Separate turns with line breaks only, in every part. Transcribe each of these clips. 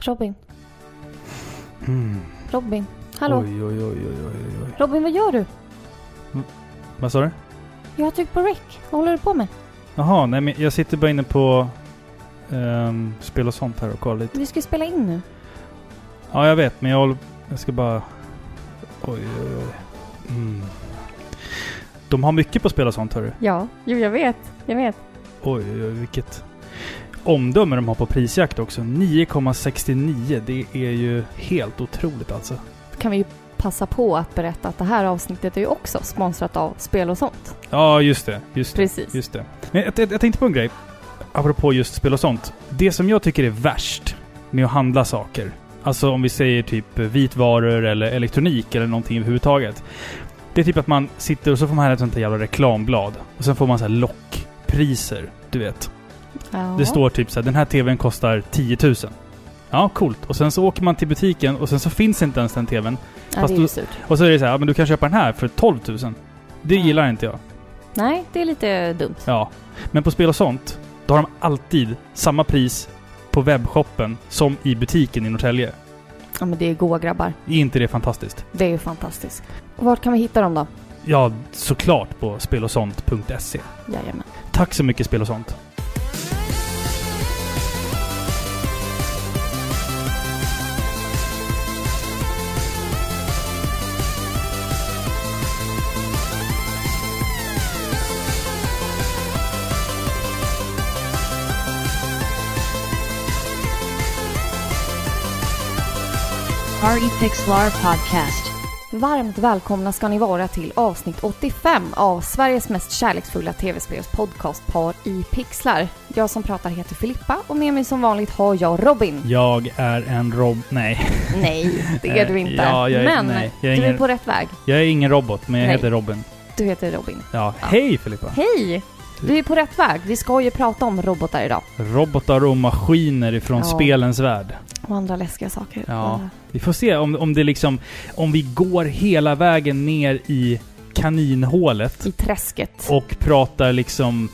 Robin. Robin. Hallå.
Mm. Oj, oj, oj, oj, oj, oj.
Robin, vad gör du?
Vad sa du?
Jag har tryckt på rec. Vad håller du på med?
Jaha, nej men jag sitter bara inne på ehm, spel och sånt här och kollar lite.
Vi ska ju spela in nu.
Ja, jag vet, men jag håller... Jag ska bara... Oj, oj, oj. Mm. De har mycket på spel och sånt, hörru.
Ja, jo jag vet. Jag vet.
Oj, oj, oj, vilket omdöme de har på prisjakt också. 9,69. Det är ju helt otroligt alltså.
Kan vi ju passa på att berätta att det här avsnittet är ju också sponsrat av Spel och sånt.
Ja, just det. Just det.
Precis.
Just det. Men jag, jag, jag tänkte på en grej, apropå just spel och sånt. Det som jag tycker är värst med att handla saker, alltså om vi säger typ vitvaror eller elektronik eller någonting överhuvudtaget. Det är typ att man sitter och så får man här ett sånt här jävla reklamblad. Och sen får man så här lockpriser, du vet.
Ja.
Det står typ så här, den här TVn kostar 10 000. Ja, coolt. Och sen så åker man till butiken och sen så finns inte ens den TVn.
ja,
fast
det är ju
du-
surt.
Och så är det så här, ja, men du kan köpa den här för 12 000. Det
Mm.
gillar inte jag.
Nej, det är lite dumt.
Ja, men på spel och sånt, då har de alltid samma pris på webbshoppen som i butiken i Norrtälje.
Ja, men det är goa grabbar.
Är inte det fantastiskt?
Det är ju fantastiskt. Vart kan vi hitta dem då?
Ja, såklart på spelosont.se.
Jajamän.
Tack så mycket Spel och sånt.
RE Pixlar Podcast.
Varmt välkomna ska ni vara till avsnitt 85 av Sveriges mest kärleksfulla tv-spelspodcast Par i pixlar. Jag som pratar heter Filippa och med mig som vanligt har jag Robin.
Jag är en rob... Nej,
Nej, det är du inte.
Ja, jag är-
men
nej, jag är
du är
ingen-
på rätt väg.
jag är ingen robot, men jag
Nej.
heter Robin.
Du heter Robin.
Ja, hej Filippa!
Hej! Du är på rätt väg. Vi ska ju prata om robotar idag.
Robotar och maskiner ifrån
Ja.
spelens värld.
Och andra läskiga saker. eh,
Ja. Vi får se om, om det liksom... Om vi går hela vägen ner i kaninhålet.
I träsket.
och pratar liksom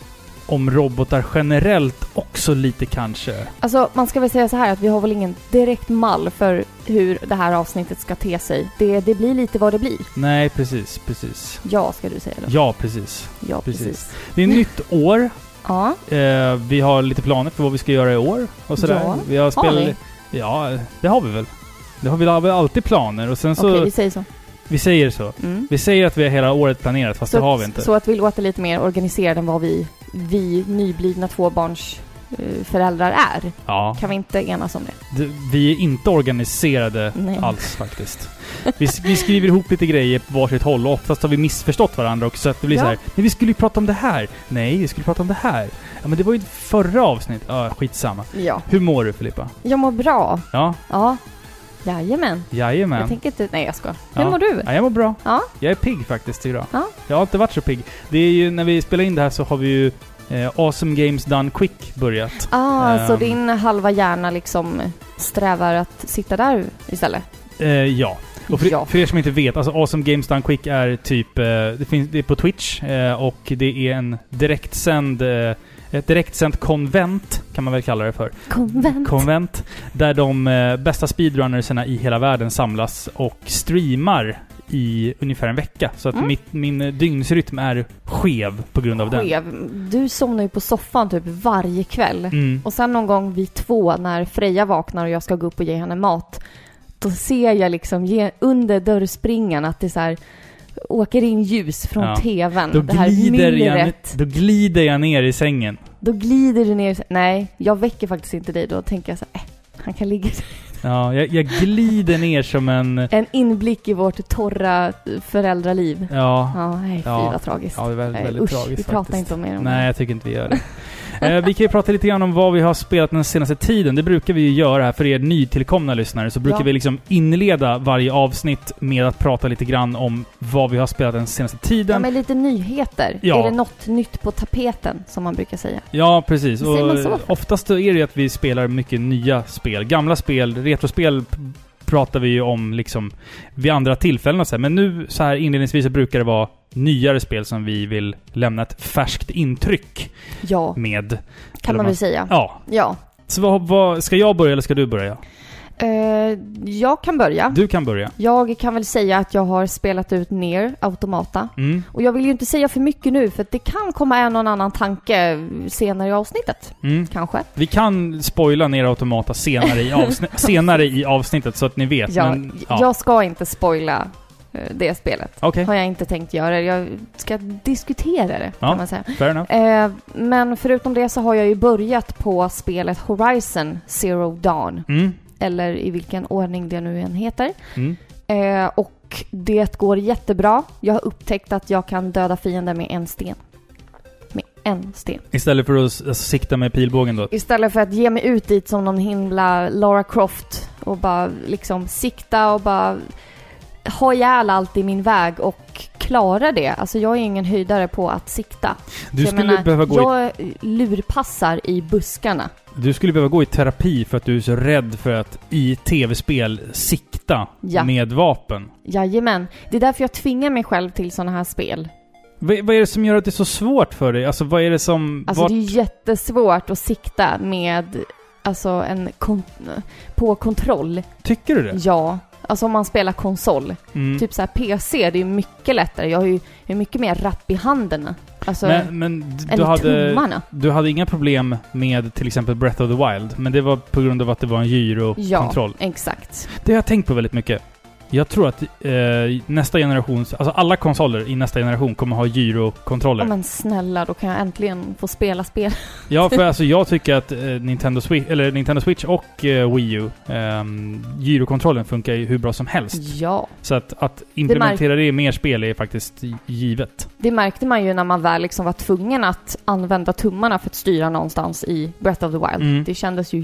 om robotar generellt också lite kanske.
Alltså, man ska väl säga så här att vi har väl ingen direkt mall för hur det här avsnittet ska te sig. Det, det blir lite vad det blir.
Nej, precis, precis.
Ja, ska du säga då.
Ja, precis.
Ja,
precis.
precis.
Det är nytt år.
Ja,
Eh, vi har lite planer för vad vi ska göra i år och sådär.
Ja,
vi har spel...
vi?
Ja, det har vi väl. Det har vi, har vi alltid planer och sen så...
okej, vi säger så.
Vi säger så.
Mm.
Vi säger att vi har hela året planerat fast
så,
det har vi inte.
så att vi låter lite mer organiserade än vad vi, vi nyblivna tvåbarns eh, föräldrar är.
Ja.
Kan vi inte enas om det?
D- Vi är inte organiserade
Nej.
alls faktiskt. Vi, s- vi skriver ihop lite grejer på varsitt håll och oftast har vi missförstått varandra också så att det blir
Ja.
så här. Nej, vi skulle ju prata om det här. Nej, vi skulle prata om det här. Ja, men det var ju förra avsnittet. Ja, skitsamma.
Ja.
Hur mår du Filippa?
Jag mår bra.
Ja,
Ja. Jajamän. Jag
jajamän.
tänker inte... Nej, jag skojar.
Ja.
Hur mår du?
Ja, jag mår bra.
Ja.
Jag är pigg faktiskt idag.
Ja.
Jag har inte varit så pigg. Det är ju, när vi spelar in det här så har vi ju eh, Awesome Games Done Quick börjat.
Ah,
Ehm.
så din halva hjärna liksom strävar att sitta där istället?
Eh, ja. Och för,
Ja.
för er som inte vet, alltså Awesome Games Done Quick är typ... Eh, det, finns, det är på Twitch eh, och det är en direktsänd... Eh, ett direktsänt konvent, kan man väl kalla det för.
Konvent.
Konvent. Där de eh, bästa speedrunnersarna i hela världen samlas och streamar i ungefär en vecka. Så att
Mm.
mitt, min eh, dygnsrytm är skev på grund av den.
Skev. Du somnar ju på soffan typ varje kväll.
Mm.
Och sen någon gång vid två när Freja vaknar och jag ska gå upp och ge henne mat. Då ser jag liksom ge, under dörrspringan att det så här åker in ljus från
Ja.
tvn.
Då
det här
glider, jag,
myllret.
då glider jag ner i sängen.
Då glider du ner. Nej, jag väcker faktiskt inte dig. Då tänker jag så här, eh, han kan ligga.
Ja, jag, jag glider ner som en...
En inblick i vårt torra föräldraliv.
Ja,
Ja, nej, fy
Ja.
vad tragiskt.
ja det är väldigt,
Nej,
väldigt
usch,
tragiskt
vi pratar
faktiskt.
inte om mer om det.
Nej, jag tycker inte vi gör det. eh, vi kan ju prata lite grann om vad vi har spelat den senaste tiden. Det brukar vi ju göra här för er nytillkomna lyssnare. Så brukar
Ja.
vi liksom inleda varje avsnitt med att prata lite grann om vad vi har spelat den senaste
Ja,
tiden. Ja,
men lite nyheter.
Ja.
Är det något nytt på tapeten, som man brukar säga?
precis.
Vad säger
Och eh,
man så för?
oftast är det ju att vi spelar mycket nya spel. Gamla spel, retrospel p- pratar vi ju om liksom vid andra tillfällen. och Så här. Men nu så här inledningsvis så brukar det vara nyare spel som vi vill lämna ett färskt intryck
Ja,
med.
kan
Eller
man
man-
väl säga.
Ja,
Ja.
Så vad, vad, ska jag börja eller ska du börja?
Eh, jag kan börja.
Du kan börja.
Jag kan väl säga att jag har spelat ut ner Automata.
Mm.
Och jag vill ju inte säga för mycket nu för att det kan komma en och en annan tanke senare i avsnittet.
Mm.
Kanske.
Vi kan spoila ner Automata senare i, avsn- senare i avsnittet så att ni vet.
Jag,
men, ja.
jag ska inte spoila eh, det spelet.
Okej,
Har jag inte tänkt göra. Jag ska diskutera det
Ja.
kan man säga.
fair enough.
Eh, men förutom det så har jag ju börjat på spelet Horizon Zero Dawn.
Mm.
Eller i vilken ordning det nu än heter.
Mm.
Eh, och det går jättebra. Jag har upptäckt att jag kan döda fiender med en sten. Med en sten.
Istället för att s- alltså, sikta med pilbågen då.
Istället för att ge mig ut dit som någon himla Lara Croft och bara liksom sikta och bara ha ihjäl allt i min väg och klara det. Alltså jag är ju ingen höjdare på att sikta.
Du
Så jag
skulle,
menar,
behöva gå i,
Jag lurpassar i buskarna.
du skulle behöva gå i terapi för att du är så rädd för att i tv-spel sikta
Ja.
med vapen.
Jajamän. Det är därför jag tvingar mig själv till sådana här spel.
Vad, vad är det som gör att det är så svårt för dig? Alltså vad är det som...
Alltså
vart-
det är jättesvårt att sikta med, alltså en kon- på kontroll.
Tycker du det?
Ja. Alltså om man spelar konsol.
Mm.
Typ så här PC, det är ju mycket lättare. Jag har ju jag är mycket mer rapp i handen. Alltså,
men men d- du,
eller
hade,
tummarna.
du hade inga problem med till exempel Breath of the Wild, men det var på grund av att det var en
Ja,
gyrokontroll.
exakt.
Det har jag tänkt på väldigt mycket. Jag tror att eh, nästa generation, alltså alla konsoler i nästa generation kommer ha gyrokontroller.
Ja, men snälla, då kan jag äntligen få spela spel.
Ja, för alltså jag tycker att eh, Nintendo, Switch, eller Nintendo Switch och eh, Wii U, ehm, gyrokontrollen funkar ju hur bra som
Mm.
helst.
Ja.
Så att, att implementera det i mer spel är faktiskt givet.
Det märkte man ju när man väl liksom var tvungen att använda tummarna för att styra någonstans i Breath of the Wild.
Mm.
Det kändes ju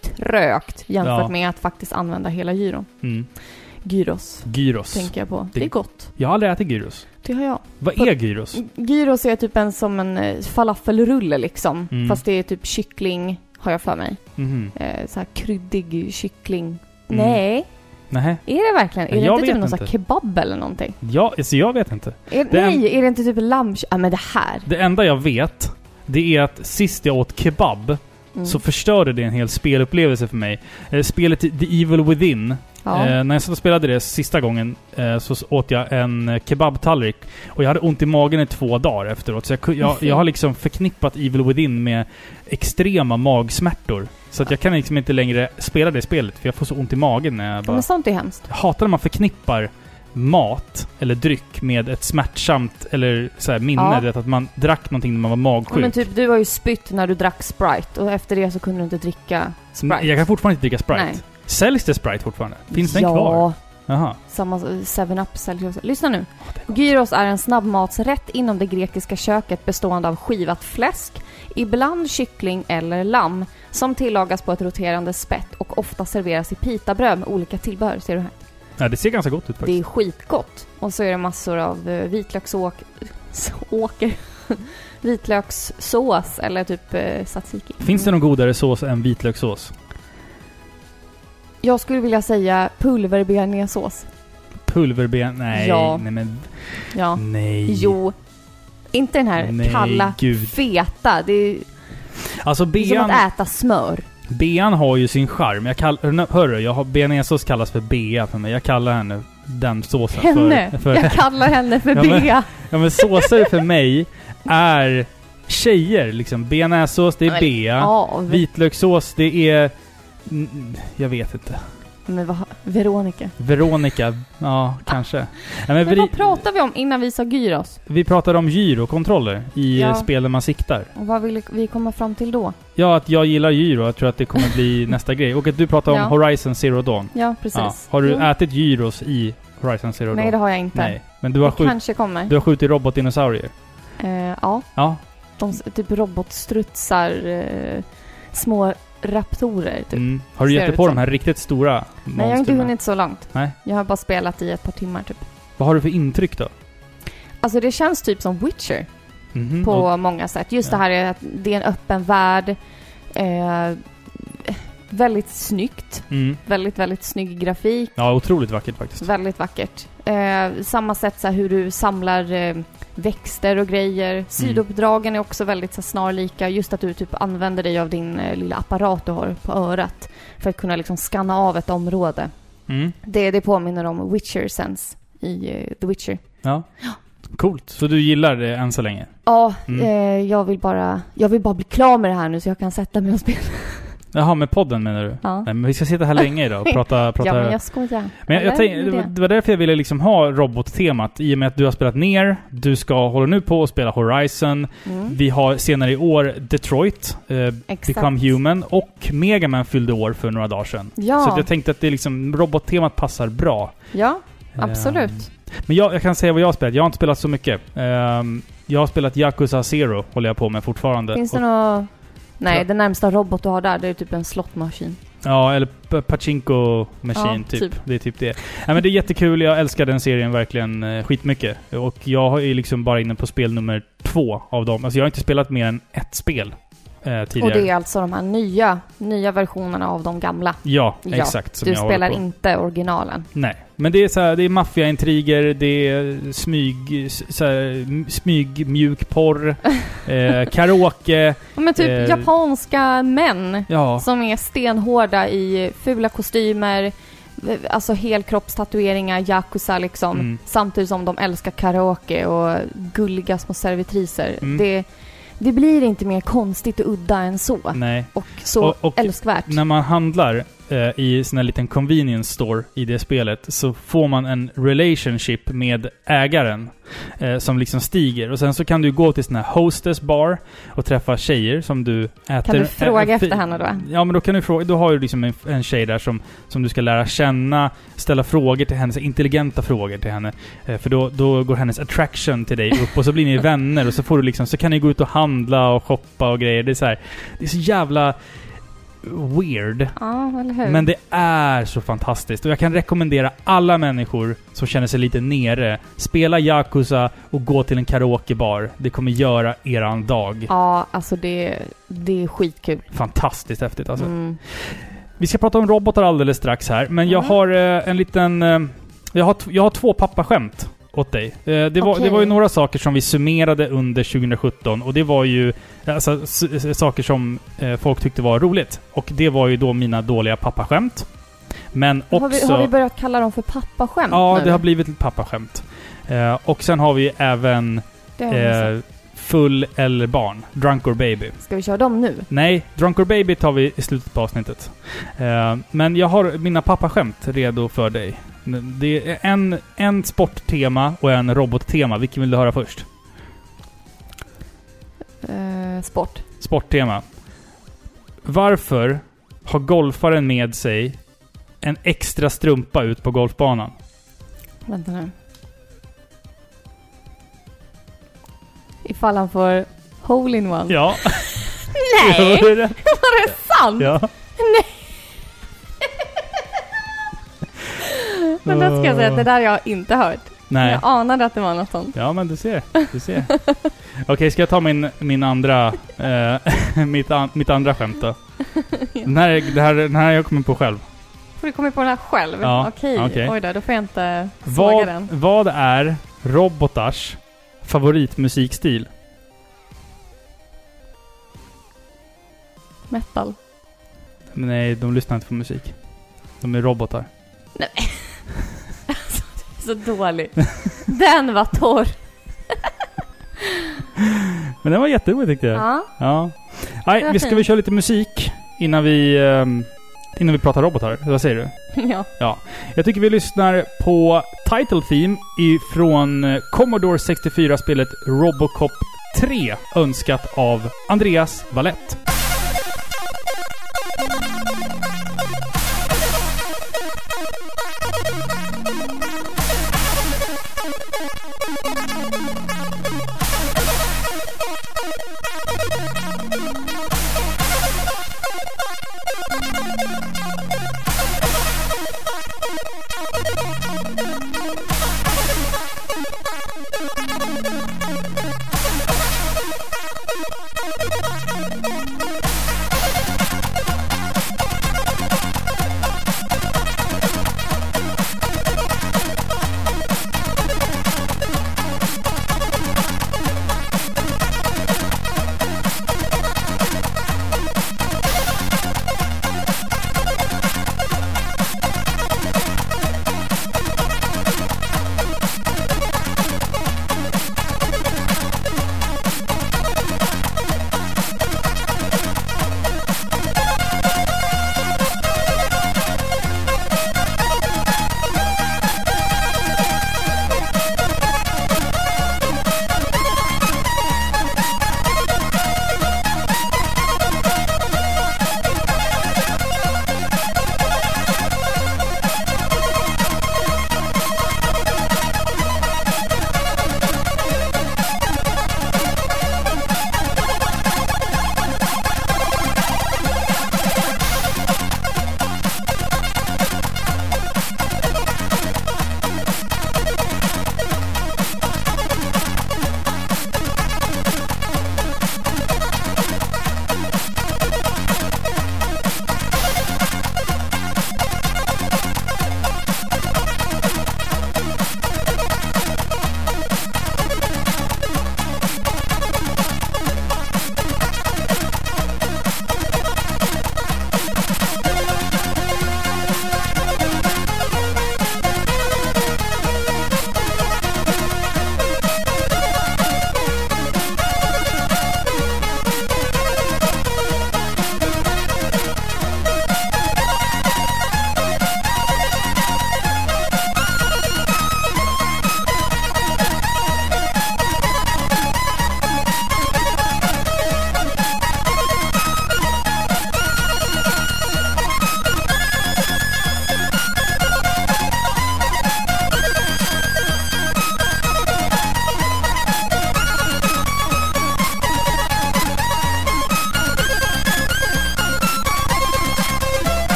jättetrögt jämfört
Ja.
med att faktiskt använda hela gyron.
Mm.
Gyros,
Gyros.
tänker jag på.
Det-
Det, är gott.
Jag har aldrig ätit gyros.
Det har jag.
Vad
På-
är gyros?
Gyros är typ en som en eh, falafelrulle liksom.
Mm.
Fast det är typ kyckling, har jag för mig.
Mhm.
Eh, så här kryddig kyckling.
Mm.
Nej,
Nej,
är det verkligen? Är
Jag
det inte
vet
typ någon så här
inte.
kebab eller någonting?
ja, alltså jag vet inte.
Är,
Det är en-
Nej, är det inte typ lamm? Ja men det här.
Det enda jag vet, det är att sist jag åt kebab
Mm.
så förstörde det en hel spelupplevelse för mig. Eh, spelet The Evil Within,
ja.
Eh, när jag satt och spelade det sista gången eh, så s- åt jag en eh, kebabtallrik. Och jag hade ont i magen i två dagar efteråt. Så jag, ku- jag, jag har liksom förknippat Evil Within med extrema magsmärtor. Så att
Ah.
jag kan liksom inte längre spela det spelet, för jag får så ont i magen när jag
Ja,
bara...
Men sånt är hemskt.
Jag hatar när man förknippar mat eller dryck med ett smärtsamt eller så här minne.
Ja.
Du vet, att man drack någonting när man var
Ja, men
magsjuk.
typ du har ju spytt när du drack Sprite och efter det så kunde du inte dricka Sprite.
jag kan fortfarande inte dricka Sprite.
Nej.
Säljs det Sprite fortfarande? Finns den
ja,
kvar? Jaha.
samma 7-Up säljs Lyssna nu. Gyros är en snabbmatsrätt inom det grekiska köket bestående av skivat fläsk, ibland kyckling eller lamm, som tillagas på ett roterande spett och ofta serveras i pitabröd med olika tillbehör. Ser du här?
Ja, det ser ganska gott
Det
ut faktiskt.
är skitgått. Och så är det massor av eh, vitlöksåk... åker. Vitlökssås eller typ eh, tzatziki.
Finns det någon godare sås än vitlökssås?
Jag skulle vilja säga pulverbearnaisesås.
Pulverben? Nej,
Ja.
nej men
Ja.
nej.
Jo. Inte den här
Nej,
kalla,
gud.
feta. Det är
Alltså
som
bean,
att äta smör.
bean har ju sin charm. Jag kallar, hörru, hörru, jag har, bearnaisesås kallas för bea för mig. Jag kallar henne den såsen
Henne!
för... för
Jag kallar henne för
Ja, men-
Bea.
ja men såser för mig är tjejer liksom. Bearnaisesås, det är
Ja, men-
bea.
Av.
Vitlökssås, det är... Mm, Jag vet inte.
Men vad, Veronica.
Veronica? Ja, kanske. Ja, men
Men
vi,
vad pratade vi om innan vi sa gyros?
vi pratade om gyrokontroller i
Ja.
eh, spel där man siktar.
Och vad ville vi komma fram till då?
Ja, att jag gillar gyro. Jag tror att det kommer bli nästa grej. Och att du pratar om
Ja.
Horizon Zero Dawn.
Ja,
Ja.
precis.
Har du
Jo.
ätit gyros i Horizon Zero
Nej, det
Dawn?
har jag inte.
Nej. Men du har,
det
skjut,
kanske kommer.
du har skjutit robotdinosaurier?
Eh, ja,
Ja.
de, s- typ robotstrutsar, eh, små raptorer typ.
Mm. Har du
Ser
gett dig
ut
på
som.
de här riktigt stora
Nej, jag har inte
monstren?
hunnit så långt.
Nej.
Jag har bara spelat i ett par timmar typ.
Vad har du för intryck då?
Alltså det känns typ som Witcher
Mhm.
på
Och-
många sätt. Just
Ja.
det här är att det är en öppen värld. Eh, väldigt snyggt.
Mm.
Väldigt, väldigt snygg grafik.
Ja, otroligt vackert faktiskt.
Väldigt vackert. Eh, samma sätt så här, hur du samlar eh, växter och
Mm.
grejer. Sidouppdragen är också väldigt så, här snarlika. Just att du typ använder dig av din eh, lilla apparat du har på örat för att kunna liksom skanna av ett område.
Mm.
Det, det påminner om Witcher Sense i eh, The Witcher.
Ja. Coolt. Så du gillar det än så länge?
Ja,
Mm.
eh, jag, vill bara, jag vill bara bli klar med det här nu så jag kan sätta mig och spela.
Jaha, med podden menar du?
Ja.
Nej, men vi ska sitta här länge idag och prata... prata
Ja, men jag skojar.
Men jag, jag
Eller
tänk, det,
med
var,
det.
det var därför jag ville liksom ha robottemat. I och med att du har spelat ner, du ska hålla nu på att spela Horizon.
Mm,
Vi har senare i år Detroit, eh,
exakt.
Become Human och Mega Man fyllde år för några dagar sedan. Så att
Ja,
jag tänkte att det liksom, robottemat passar bra.
ja,
Eh,
absolut.
men jag, jag kan säga vad jag har spelat. Jag har inte spelat så mycket. Ehm, jag har spelat Yakuza Zero, håller jag på med fortfarande.
Finns det
Och-
något... Nej,
Tror-
den närmsta robot du har där, det är typ en slottmaskin.
Ja, eller P- Pachinko Machine
Ja,
typ.
typ.
Det är typ det. Nej, men det är jättekul. Jag älskar den serien verkligen eh, skitmycket. Och jag är liksom bara inne på spel nummer två av dem. Alltså jag har inte spelat mer än ett spel eh,
Och
tidigare.
det är alltså de här nya, nya versionerna av de gamla.
Ja,
Ja,
exakt. Som
Du
jag håller
spelar
på.
inte originalen.
Nej. Men det är så här, det är maffiaintriger, det är smyg, s- så här, m- smygmjukporr, eh, karaoke.
Men typ
Eh.
japanska män
Ja.
som är stenhårda i fula kostymer, v- alltså helkroppstatueringar, yakuza liksom.
Mm.
Samtidigt som de älskar karaoke och gulliga små servitriser.
Mm.
Det, det blir inte mer konstigt och udda än så.
Nej.
Och så
Mm. Och- och-
älskvärt.
När man handlar eh, i sån här liten convenience store i det spelet så får man en relationship med ägaren eh, som liksom stiger. Och sen så kan du gå till sån här hostess bar och träffa tjejer som du äter...
Kan du fråga
ä- ä- fi-
efter henne då?
Ja, men då kan du fråga. Då har du liksom en, en tjej där som, som du ska lära känna, ställa frågor till henne, så intelligenta frågor till henne. Eh, för då, då går hennes attraction till dig upp och så blir ni vänner och så får du liksom, så kan ni gå ut och handla och shoppa och grejer. Det är så här, det är så jävla weird.
Ja, eller hur?
Men det är så fantastiskt. Och jag kan rekommendera alla människor som känner sig lite nere, spela Yakuza och gå till en karaokebar. Det kommer göra eran dag.
Ja, alltså det, det är skitkul.
Fantastiskt häftigt alltså.
Mm.
Vi ska prata om robotar alldeles strax här, men jag
Mm.
har eh, en liten... Eh, jag, har t- jag har två pappaskämt åt dig. Eh, det, var,
Okej.
det var ju några saker som vi summerade under 2017 och det var ju alltså, s- s- saker som eh, folk tyckte var roligt. Och det var ju då mina dåliga pappaskämt. Men också...
Har, vi, har vi börjat kalla dem för pappaskämt
Ja,
nu?
det har blivit ett pappaskämt. Eh, och sen har vi ju även
Det har vi sett.
eh, full eller barn. Drunk or baby.
Ska vi köra dem nu?
Nej, Drunk or baby tar vi i slutet på avsnittet. Eh, men jag har mina pappaskämt redo för dig. Det är en, en sporttema och en robottema. Vilken vill du höra först?
Eh, sport.
Sporttema. Varför har golfaren med sig en extra strumpa ut på golfbanan?
Vänta nu. Ifall han får hole-in-one.
Ja.
Nej!
det är rätt.
Var det sant?
ja.
Men det ska jag säga att det där har jag inte hört.
Nej.
Jag anade att det var något sånt.
Ja, men du ser. Du ser. Okej, ska jag ta min, min andra... Eh, mitt, an, mitt andra skämt då? Den här, är- det här, den här har jag kommit på själv.
Får du komma på den här själv?
Ja,
Okej,
okej.
oj då, då får jag inte såga
Vad,
den.
vad är robotars favoritmusikstil?
Metal.
Nej, de lyssnar inte på musik. De är robotar.
Så dålig. den var torr.
Men den var jätterolig tyckte jag.
Ja.
Ja.
Det
Nej,
var
vi ska
fint.
vi köra lite musik innan vi, ehm, innan vi pratar robotar? Vad säger du?
ja.
Jag tycker vi lyssnar på Title Theme ifrån eh, Commodore 64-spelet Robocop 3, önskat av Andreas Valett.
Thank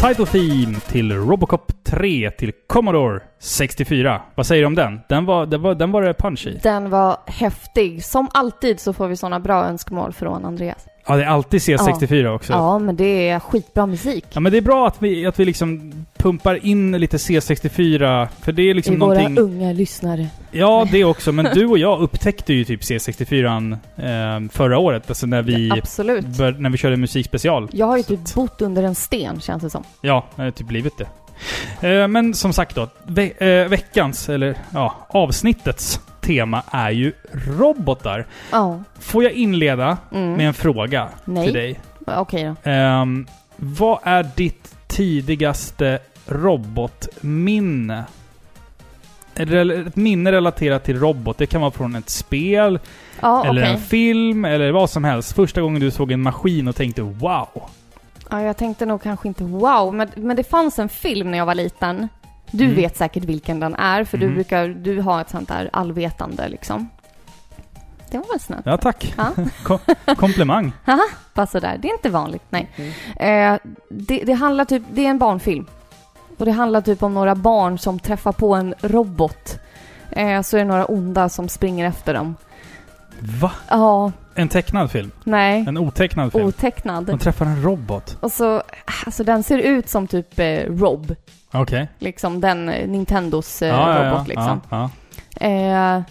Title Theme till Robocop 3 till Commodore 64. Vad säger du om den? Den var, den var, den var det punch i.
Den var häftig. Som alltid så får vi sådana bra önskemål från Andreas.
Ja, det är alltid C64 också.
Ja, men det är skitbra musik.
Ja, men det är bra att vi, att vi liksom pumpar in lite C64, för det är liksom
I
någonting...
våra unga lyssnare.
Ja, det också. Men du och jag upptäckte ju typ C64 eh, förra året, alltså när vi,
Absolut.
bör, när vi körde musikspecial.
Jag har ju typ bott under en sten känns det som.
Ja, det har typ blivit det. Eh, men som sagt då, ve eh, veckans, eller ja, avsnittets tema är ju robotar.
Ja.
Får jag inleda
Mm.
med en fråga till
Nej.
dig?
Okej då.
Ehm, vad är ditt tidigaste robotminne? Rel- Ett minne relaterat till robot. Det kan vara från ett spel,
Ja,
eller
okej.
en film, eller vad som helst. Första gången du såg en maskin och tänkte wow.
Ja, jag tänkte nog kanske inte wow, men, men det fanns en film när jag var liten. Du
Mm.
vet säkert vilken den är, för
Mhm.
du brukar du har ett sånt där allvetande liksom. Det var väl snällt.
Ja tack.
Ja.
Kom- komplimang.
Bara sådär. Det är inte vanligt, nej. Eh, det, det handlar typ, det är en barnfilm. Och det handlar typ om några barn som träffar på en robot. Eh, så är det några onda som springer efter dem.
Va?
Ja,
En tecknad film?
nej.
En otecknad film? De
Otecknad.
träffar en robot?
Och så, alltså den ser ut som typ eh, Rob.
Okej.
Liksom den eh, Nintendos eh,
Ja, ja, ja.
robot liksom.
Ja, ja.
Eh,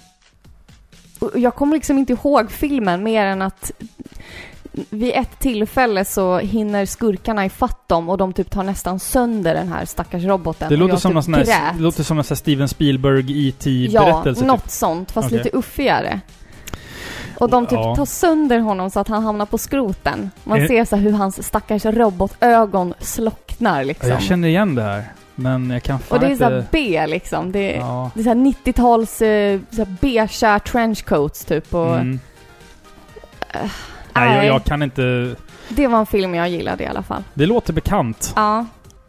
och jag kommer liksom inte ihåg filmen mer än att vid ett tillfälle så hinner skurkarna ifatt dem och de typ tar nästan sönder den här stackars roboten.
Det,
Och
låter
jag
som
typ
någon sån här,
grät.
det låter som en sån här Steven Spielberg E
Ja,
E.T.-berättelse.
något sånt, fast
typ. Okej.
lite uffigare. Och de typ
Ja. Eh.
tar sönder honom så att han hamnar på skroten. Man
Är-
ser så här hur hans stackars robotögon slocknar
Ja,
liksom.
Jag känner igen det här. Men jag kan fan
och det är så här
inte...
B liksom. Det är,
Ja.
det är så här 90-tals eh, så här beigea trenchcoats typ. Och,
Mm. Nej, jag,
nej.
jag kan inte...
Eh, Det var en film jag gillade i alla fall.
Det låter bekant,
Ja.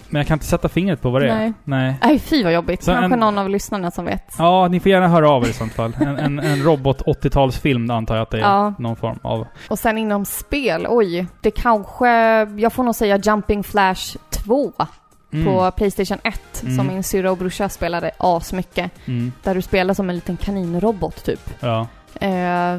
men jag kan inte sätta fingret på vad det är.
Nej.
Nej.
Nej, fy vad jobbigt.
Så
Kanske
en-
någon av lyssnarna som vet.
Ja, ni får gärna höra av er i sånt fall. En, en, en robot 80-talsfilm antar jag att det är.
Ja.
Någon form av...
Och sen inom spel, oj. Det kanske, jag får nog säga Jumping Flash 2
Mm,
på Playstation 1
Mm.
som min syrra och brorsa spelade asmycket.
Mm,
Där du spelar som en liten kaninrobot typ.
ja.
Eh,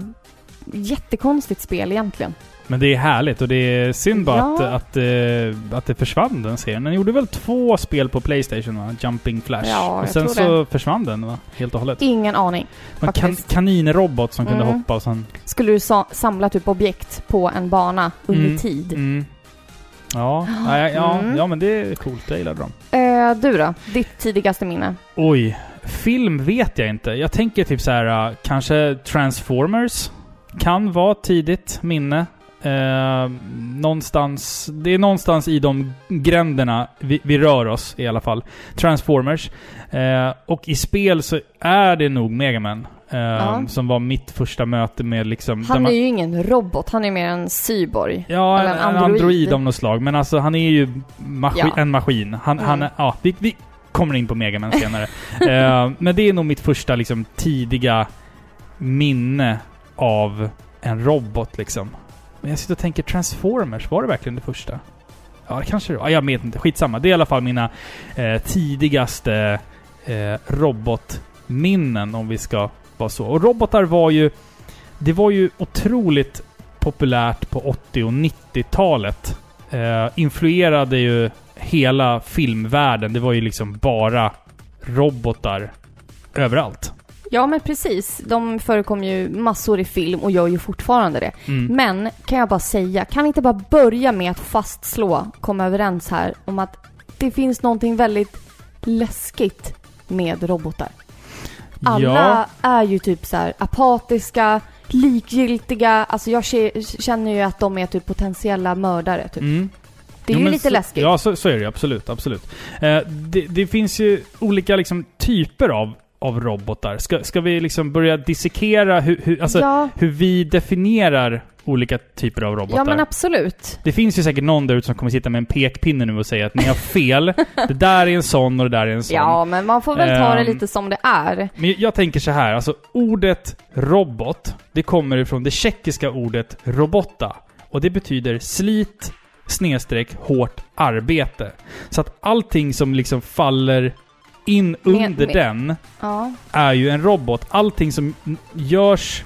jättekonstigt spel egentligen.
Men det är härligt och det är synd bara
Ja.
att, att, eh, att det försvann den serien. Den gjorde väl två spel på Playstation va? Jumping Flash.
Ja, jag
och sen
tror
så försvann den va? Helt och hållet.
Ingen aning.
Man kan,
faktiskt.
kaninrobot som kunde
Mm.
hoppa och sen...
Skulle du sa- samla typ objekt på en bana under
Mm.
tid?
Mm. Ja, ja, ja, ja,
Mm.
ja men det är coolt. Jag gillade dem.
Eh, du då? Ditt tidigaste minne?
Oj. Film vet jag inte. Jag tänker typ så här, äh, kanske Transformers. Kan vara tidigt minne. Eh, någonstans, det är någonstans i de gränderna vi, vi rör oss i alla fall. Transformers. Eh, och i spel så är det nog Megaman. Eh,
Ja.
Som var mitt första möte med liksom... där
Han är
man-
ju ingen robot, han är mer en cyborg.
Ja, en,
Eller
en
en
android.
android
av något slag. Men alltså han är ju maski-
Ja.
en maskin. Han,
Mm.
han är, ja, vi, vi kommer in på Megaman senare. Eh, men det är nog mitt första liksom, tidiga minne av en robot liksom. Men jag sitter och tänker Transformers, var det verkligen det första? Ja, det kanske det var. Ja, Jag vet inte, skitsamma. Det är i alla fall mina eh, tidigaste eh, robotminnen om vi ska vara så. Och robotar var ju... Det var ju otroligt populärt på 80 och 90-talet. Eh, influerade ju hela filmvärlden. Det var ju liksom bara robotar överallt.
Ja, men precis. De förekom ju massor i film och gör ju fortfarande det.
Mm.
Men kan jag bara säga, kan vi inte bara börja med att fastslå, komma överens här, om att det finns någonting väldigt läskigt med robotar. Alla är ju typ så här apatiska, likgiltiga. Alltså jag ke- känner ju att de är typ potentiella mördare. Typ.
Mm.
Det är
Jo,
ju
men
lite
så,
läskigt.
Ja, så, så är det ju, absolut. absolut. Eh, det, det finns ju olika liksom, typer av, av robotar. Ska, ska vi liksom börja dissekera hur, hur, alltså,
ja,
hur vi definierar olika typer av robotar?
ja, men absolut.
Det finns ju säkert någon där ute som kommer sitta med en pekpinne nu och säga att ni har fel. det där är en sån och det där är en sån.
Ja, men man får väl ta det
Ehm,
lite som det är.
Men jag tänker så här, alltså ordet robot, det kommer ifrån det tjeckiska ordet robota. Och det betyder slit snedstreck hårt arbete. Så att allting som liksom faller in under
med-
den
Ja.
är ju en robot. Allting som n- görs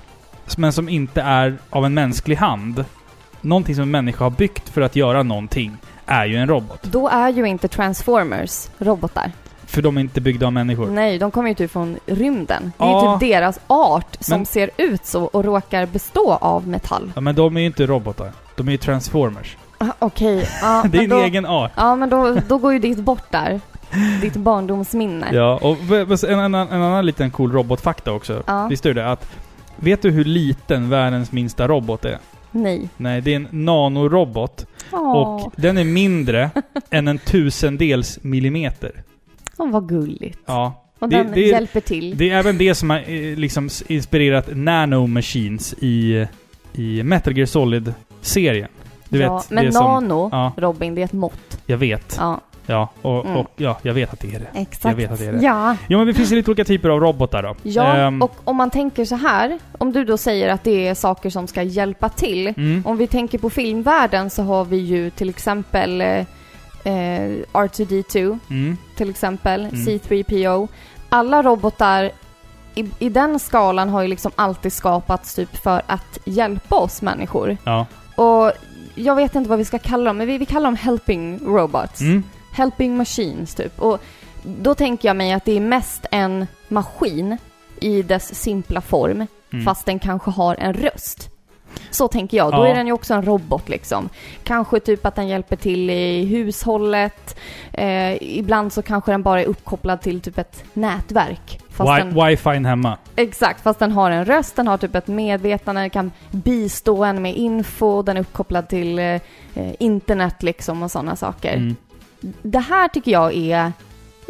men som inte är av en mänsklig hand, någonting som en människa har byggt för att göra någonting, är ju en robot.
Då är ju inte Transformers robotar.
För de är inte byggda av människor.
Nej, de kommer ju typ från rymden. Det är
Ja.
ju typ deras art som
Men-
ser ut så och råkar bestå av metall.
Ja, men de är ju inte robotar. De är ju transformers.
Ah, Okej, ja,
det är
men
en
då,
egen art.
Ja, men då, då går ju ditt bort där. Ditt barndomsminne.
Ja, och v- v- en annan, en annan liten cool robotfakta också.
Ja.
Visste du det? Att, vet du hur liten världens minsta robot är?
Nej.
Nej, det är en nanorobot.
Åh,
Och den är mindre än en tusendels millimeter.
oh, vad gulligt.
Ja,
Och
det-
den
det-
hjälper till.
Det är även det som har eh, liksom s- inspirerat Nano Machines i, i Metal Gear Solid-serien. Du
ja,
vet,
men
det som...
nano,
Ja,
Robin, det är ett mått.
jag vet.
Ja,
Ja, och,
Mm.
och ja, jag vet att det är det.
exakt.
Jag vet att det är det.
Ja,
Jo, men det finns ju lite olika typer av robotar då.
ja
Ehm,
och om man tänker så här, om du då säger att det är saker som ska hjälpa till.
mm,
Om vi tänker på filmvärlden så har vi ju till exempel eh, eh, R2D2,
mm,
till exempel,
Mm.
C3PO. Alla robotar i, i den skalan har ju liksom alltid skapats typ för att hjälpa oss människor.
ja.
Och jag vet inte vad vi ska kalla dem, men vi, vi kallar dem helping robots.
Mm,
Helping machines typ. Och då tänker jag mig att det är mest en maskin i dess simpla form,
mm.
fast den kanske har en röst. Så tänker jag. Då
Ja.
är den ju också en robot liksom. Kanske typ att den hjälper till i hushållet. Eh, ibland så kanske den bara är uppkopplad till typ ett nätverk. Fast
Wi-
den,
Wi-Fi hemma.
Exakt, fast den har en röst, den har typ ett medvetande, den kan bistå en med info, den är uppkopplad till eh, eh, internet liksom och sådana saker.
Mm.
Det här tycker jag är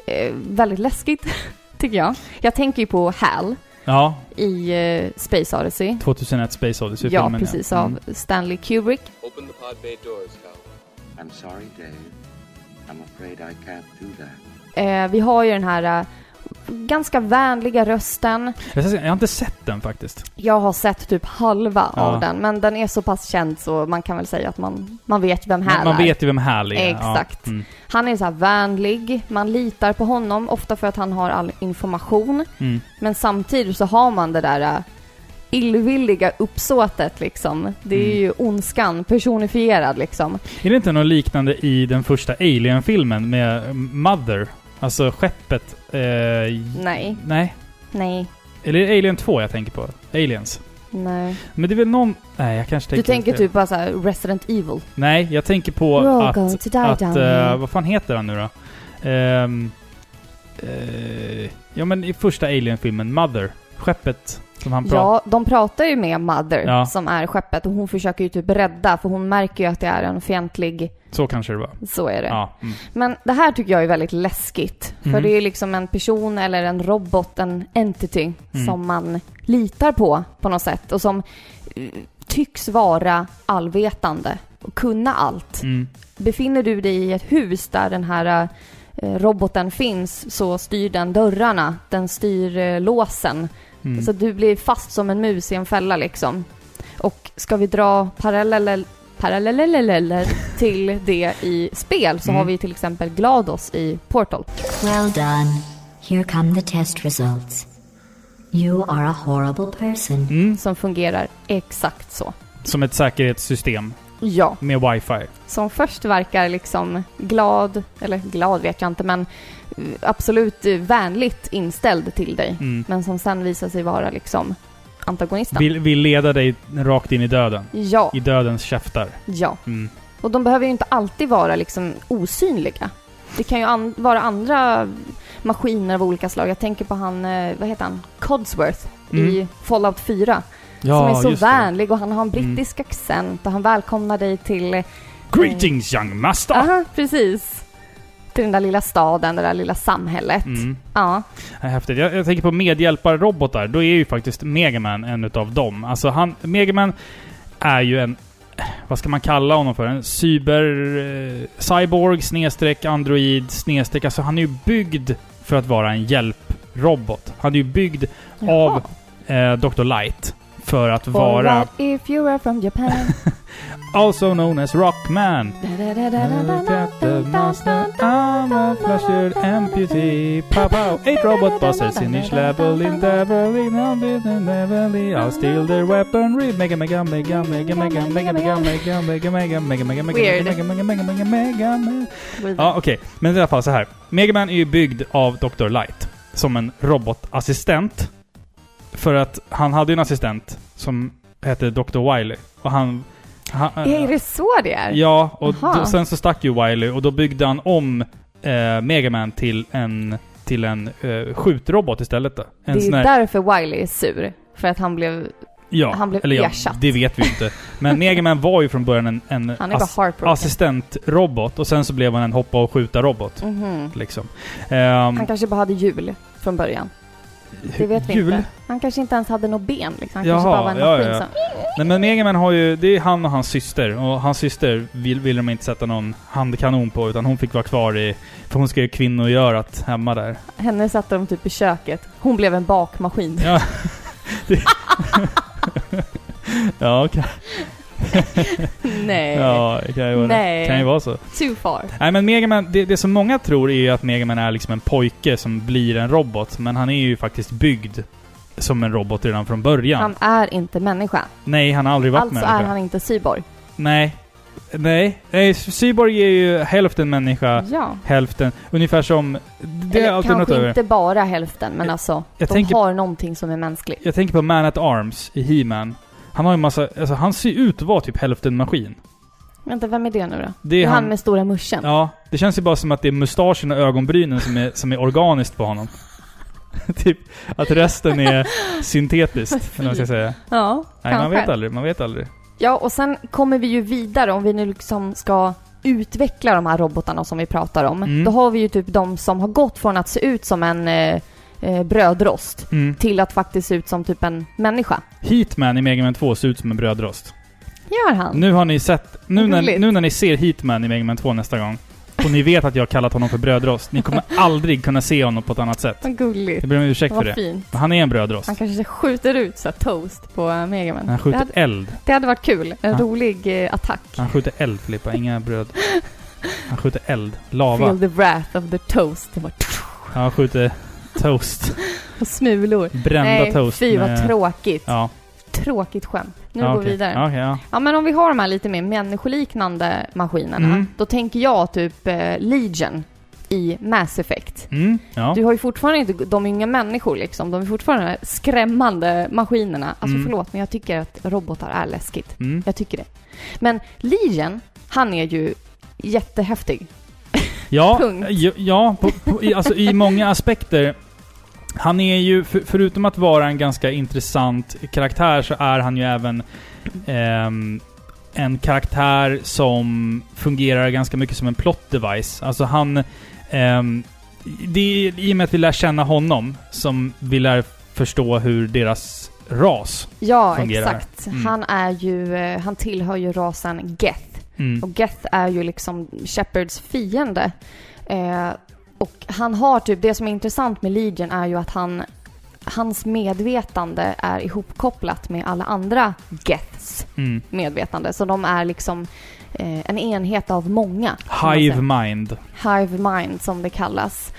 eh, väldigt läskigt, tycker jag. Jag tänker ju på HAL
Ja,
i eh, Space Odyssey.
2001 Space Odyssey.
Ja,
filmen,
precis,
Mm.
av Stanley Kubrick.
Open the pod bay doors, Hal.
I'm sorry, Dave. I'm afraid I can't do that.
Eh, vi har ju den här eh, ganska vänliga rösten.
Jag, ska säga, jag har inte sett den faktiskt.
Jag har sett typ halva
Ja.
av den, men den är så pass känd så man kan väl säga att man, man vet vem
Men
HAL
man
är.
vet ju vem Hal är.
Exakt.
Ja. Mm.
Han är så här vänlig, man litar på honom, ofta för att han har all information.
Mm.
Men samtidigt så har man det där äh, illvilliga uppsåtet liksom. Det är
Mm.
ju ondskan personifierad liksom.
Är det inte något liknande i den första Alien-filmen med mm, Mother? Alltså skeppet... Eh,
Nej,
nej.
nej,
Eller är det Alien 2 jag tänker på? Aliens.
nej.
Men det är väl någon... Nej, jag kanske
Du
tänker...
tänker
fel.
typ bara såhär Resident Evil.
Nej, jag tänker på
You're
att...
going to die
att
down
eh,
here.
vad fan heter han nu då? Ehm, eh, ja, men i första Alien-filmen, Mother. Skeppet som han pratar...
Ja, de pratar ju med Mother
Ja.
som är skeppet och hon försöker ju typ rädda för hon märker ju att det är en fientlig,
Så kanske det var.
så är det.
Ja. Mm.
Men det här tycker jag är väldigt läskigt.
Mm.
För det är liksom en person eller en robot, en entity,
Mm.
som man litar på på något sätt och som eh, tycks vara allvetande och kunna allt.
Mm.
Befinner du dig i ett hus där den här eh, roboten finns så styr den dörrarna, den styr eh, låsen.
Mm.
Så du blir fast som en mus i en fälla liksom. Och ska vi dra paralleller paralleller till det i spel så
Mm.
har vi till exempel GLaDOS i Portal.
Well done. Here come the test results. You are a horrible person.
Mm.
som fungerar exakt så.
Som ett säkerhetssystem
Ja.
med wifi.
Som först verkar liksom glad, eller glad vet jag inte, men eh, absolut eh, vänligt inställd till dig.
Mm.
Men som sen visar sig vara liksom antagonisten.
Vill, vill leda dig rakt in i döden.
Ja,
I dödens käftar.
ja.
Mm.
Och de behöver ju inte alltid vara liksom osynliga. Det kan ju an- vara andra maskiner av olika slag. Jag tänker på han, eh, vad heter han, Codsworth
Mm.
i Fallout 4. som är så vänlig och han har en
Mm.
brittisk accent och han välkomnar dig till eh,
Greetings young master!
Ja, precis. Till den där lilla staden, det där lilla samhället.
Mm.
Ja.
Ja, Häftigt. Jag, jag tänker på medhjälparrobotar. Då är ju faktiskt Megaman en utav dem. Alltså han, Megaman är ju en... Vad ska man kalla honom för? En cyber... Eh, cyborg snedstreck android snedstreck. Alltså han är ju byggd för att vara en hjälprobot. Han är ju byggd
Jaha.
av eh, Dr. Light. för att vara
Alright, if you were from Japan.
also known as Rockman. Look at the monster, I'm a flasher amputee. Pow pow, eight robot busters in each level in Beverly. Now did in Beverly, I'll steal their weaponry. Mega mega mega mega mega mega mega mega mega mega mega mega mega
Weird.
mega mega mega mega mega mega Ja, okej. Men i alla fall så här. Megaman är ju byggd av Dr. Light som en robotassistent. För att han hade ju en assistent som hette Dr. Wily. Och han... han
Är det så det är?
Ja, och
Aha.
då, sen så stack ju Wily och då byggde han om eh, Megaman till en, till en eh, skjutrobot istället. Då.
det
En
är ju
sån här-
därför Wiley är sur. För att han blev...
ja,
han blev
eller ja,
ersatt.
Det vet vi ju inte. Men Megaman var ju från början en, en
Han är bara heartbroken.
assistentrobot och sen så blev han en hoppa och skjuta-robot.
Mhm.
Liksom. Ehm,
Han kanske bara hade hjul från början. Det vet vi
Jul?
inte. Han kanske inte ens hade något ben liksom. Han kanske
Jaha,
bara var en
ja,
maskin
ja, ja.
som...
Nej men Megaman har ju, det är han och hans syster. Och hans syster vill, vill de inte sätta någon handkanon på utan hon fick vara kvar i... För hon ska ju kvinnogörat hemma där.
Henne satte de typ i köket. Hon blev en bakmaskin.
Ja. Det- ja, kan,
Nej.
ja, det kan ju vara,
Eh, Nej.
Kan ju vara så.
Too far.
Nej men Megaman, det, det som många tror är ju att Megaman är liksom en pojke som blir en robot. Men han är ju faktiskt byggd som en robot redan från början.
Han är inte människa.
Nej, han har aldrig varit
Alltså
människa.
är han inte cyborg.
Nej. Nej. Nej, Cyborg är ju hälften människa.
Ja.
hälften. Ungefär som... Det är
Mm. Eller
alltid något
kanske
över.
inte bara hälften, men alltså.
jag
de
tänker-
har någonting som är mänskligt.
Jag tänker på Man at Arms i He-Man. Han har ju massa... Alltså han ser ut att vara typ hälften maskin.
Vänta, vem är det nu då?
Det
Det
är
är han,
han...
med stora muschen.
Ja. Det känns ju bara som att det är mustaschen och ögonbrynen som är, som är organiskt på honom. typ att resten är syntetiskt, eller vad man ska säga.
Ja,
Nej,
kanske.
man vet aldrig. Man vet aldrig.
Ja, och sen kommer vi ju vidare om vi nu liksom ska utveckla de här robotarna som vi pratar om.
Mm.
Då har vi ju typ de som har gått från att se ut som en eh, eh, brödrost
Mm.
till att faktiskt se ut som typ en människa.
Heatman i Mega Man 2 ser ut som en brödrost.
Gör han?
Nu har ni sett... Nu när,
Roligt.
nu när ni ser Heatman i Mega Man 2 nästa gång och ni vet att jag har kallat honom för brödrost, ni kommer aldrig kunna se honom på ett annat sätt.
Vad gulligt.
Jag ber om ursäkt för
Vad
det.
fint.
Men Han är en brödrost.
Han kanske skjuter ut så här toast på eh, Megaman.
Han skjuter
det, hade,
eld.
det hade varit kul. En
Ja.
rolig eh, attack.
Han skjuter eld Filippa, inga bröd. Han skjuter eld.
Feel
Lava.
the wrath of the toast. Det var
Han skjuter toast.
och smulor.
Brända
Nej,
toast.
fy vad
med-
tråkigt.
Ja.
Tråkigt skämt. Nu
ja,
går vi
okej.
vidare.
Ja, okej, ja.
Ja, men om vi har de här lite mer människoliknande maskinerna,
Mm.
då tänker jag typ eh, Legion i Mass Effect.
Mm, ja.
Du har ju fortfarande inte, de är inga människor liksom, de är fortfarande de här skrämmande maskinerna. Alltså
Mm.
förlåt, men jag tycker att robotar är läskigt.
Mm.
Jag tycker det. Men Legion, han är ju jättehäftig.
Ja,
Punkt.
ja, ja på, på, i, alltså, i många aspekter. Han är ju, för, förutom att vara en ganska intressant karaktär, så är han ju även ehm, en karaktär som fungerar ganska mycket som en plot device. Alltså han... ehm, det är i och med att vi lär känna honom som vi lär förstå hur deras ras...
Ja,
Fungerar.
exakt.
Mm.
Han är ju, eh, han tillhör ju rasen Geth.
Mm.
Och Geth är ju liksom Shepards fiende. Eh, och han har typ, det som är intressant med Legion är ju att han, hans medvetande är ihopkopplat med alla andra Geths
Mm.
medvetande. Så de är liksom eh, en enhet av många. kan man
Hive
säga.
mind.
Hive mind som det kallas.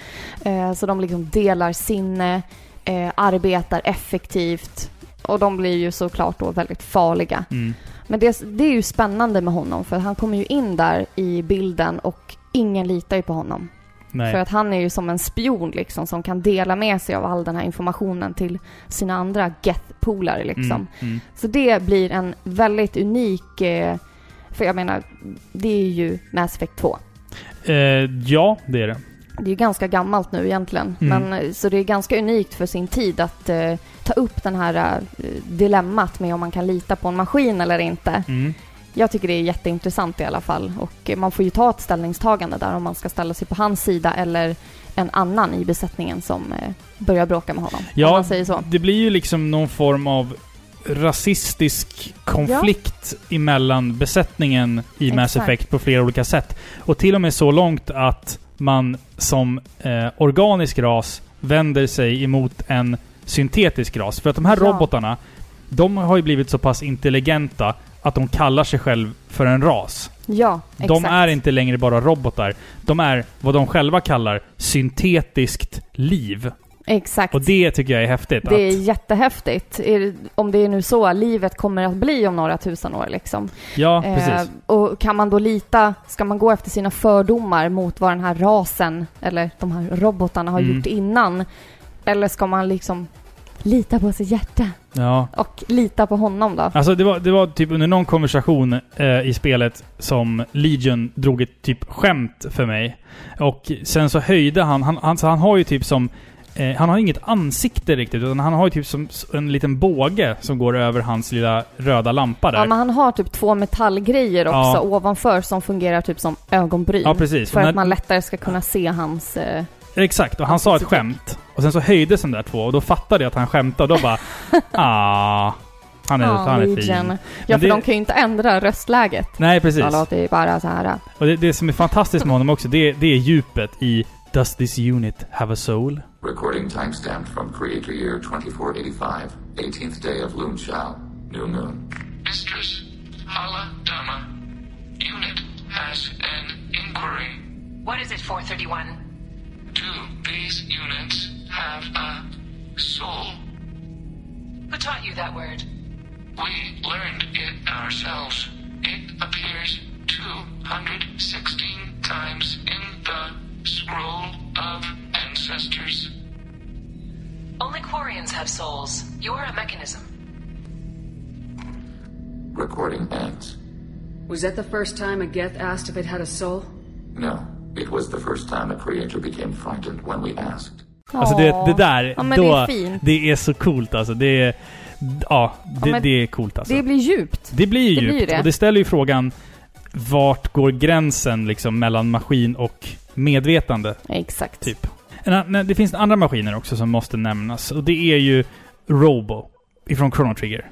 Eh, så de liksom delar sinne, eh, arbetar effektivt och de blir ju såklart då väldigt farliga.
Mm.
Men det, det är ju spännande med honom för han kommer ju in där i bilden och ingen litar ju på honom.
Nej.
För att han är ju som en spion liksom som kan dela med sig av all den här informationen till sina andra geth-polare liksom.
Mm. Mm.
Så det blir en väldigt unik, eh, för jag menar, det är ju Mass Effect 2.
Eh, ja, det är det.
Det är ju ganska gammalt nu egentligen,
Mm.
men, eh, så det är ganska unikt för sin tid att eh, ta upp den här eh, dilemmat med om man kan lita på en maskin eller inte.
Mm.
Jag tycker det är jätteintressant i alla fall och eh, man får ju ta ett ställningstagande där om man ska ställa sig på hans sida eller en annan i besättningen som eh, börjar bråka med honom.
Ja.
Om man säger så.
Det blir ju liksom någon form av rasistisk konflikt emellan besättningen i Mass
Exakt.
Effect på flera olika sätt. Och till och med så långt att man som eh, organisk ras vänder sig emot en syntetisk ras. För att de här
Ja.
robotarna, De har ju blivit så pass intelligenta att de kallar sig själv för en ras.
Ja, exakt.
De är inte längre bara robotar. De är vad de själva kallar syntetiskt liv.
Exakt.
Och det tycker jag är häftigt.
Det är
att,
jättehäftigt. Är det- Om det är nu så livet kommer att bli om några tusen år liksom.
ja, precis.
Eh, och kan man då lita, ska man gå efter sina fördomar mot vad den här rasen, eller de här robotarna har
Mm.
gjort innan? Eller ska man liksom lita på sitt hjärta
Ja.
och lita på honom då?
Alltså det var, det var typ under någon konversation eh, i spelet som Legion drog ett typ skämt för mig. Och sen så höjde han, han, han, så han har ju typ som Eh, han har inget ansikte riktigt, utan han har ju typ som s- en liten båge som går över hans lilla röda lampa där.
Ja, men han har typ två metallgrejer också
Ja.
ovanför som fungerar typ som ögonbryn.
Ja, precis.
För
När-
att man lättare ska kunna se hans... Eh,
Exakt, och han sa ett skämt. Och sen så höjdes de där två och då fattade jag att han skämtade och då bara ah, han är,
ja,
han är
Legion.
fin.
Ja, för
det-
de kan ju inte ändra röstläget.
Nej, precis.
Alla låter ju bara så här.
Och det, det som är fantastiskt med honom också, det, det är djupet i Does this unit have a soul?
Recording timestamped from creator year 2485, 18th day of Loon Shao, new moon. Mistress Hala Dama, unit has an inquiry.
What is it, 431?
Do these units have a soul?
Who taught you that word?
We learned it ourselves. It appears 216 times in the Scroll of Ancestors.
Only Quarians have souls. You're a mechanism.
Recording ends.
Was that the first time a Geth asked if it had a soul?
No, it was the first time a creator became frightened when we asked.
Alltså det,
Åh.
det där,
Ja, men
då,
det är fint.
det är så coolt alltså. Det är, ja, det,
men
det är coolt alltså.
Det
Det,
blir djupt.
blir
det
ju
blir
djupt
det.
och det ställer ju frågan vart går gränsen liksom mellan maskin och medvetande?
Exakt.
Typ. En, an- nej, det finns andra maskiner också som måste nämnas och det är ju Robo ifrån Chrono Trigger.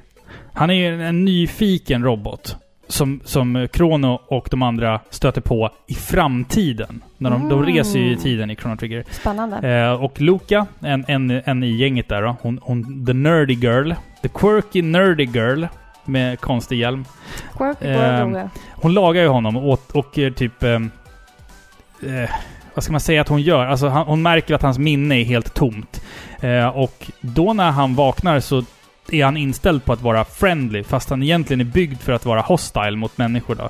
Han är ju en, en nyfiken robot som, som eh, Chrono och de andra stöter på i framtiden. När de, de reser ju i tiden i Chrono Trigger.
Spännande.
Eh, och Luca, en, en, en i gänget där då. Hon, hon, the nerdy girl. The quirky nerdy girl. Med konstig hjälm.
Quirky
ehm,
World Roger.
Hon lagar ju honom och, och eh, typ... ehm, Eh, vad ska man säga att hon gör? Alltså han, hon märker att hans minne är helt tomt. Eh, och då när han vaknar så är han inställd på att vara friendly, fast han egentligen är byggd för att vara hostile mot människor då.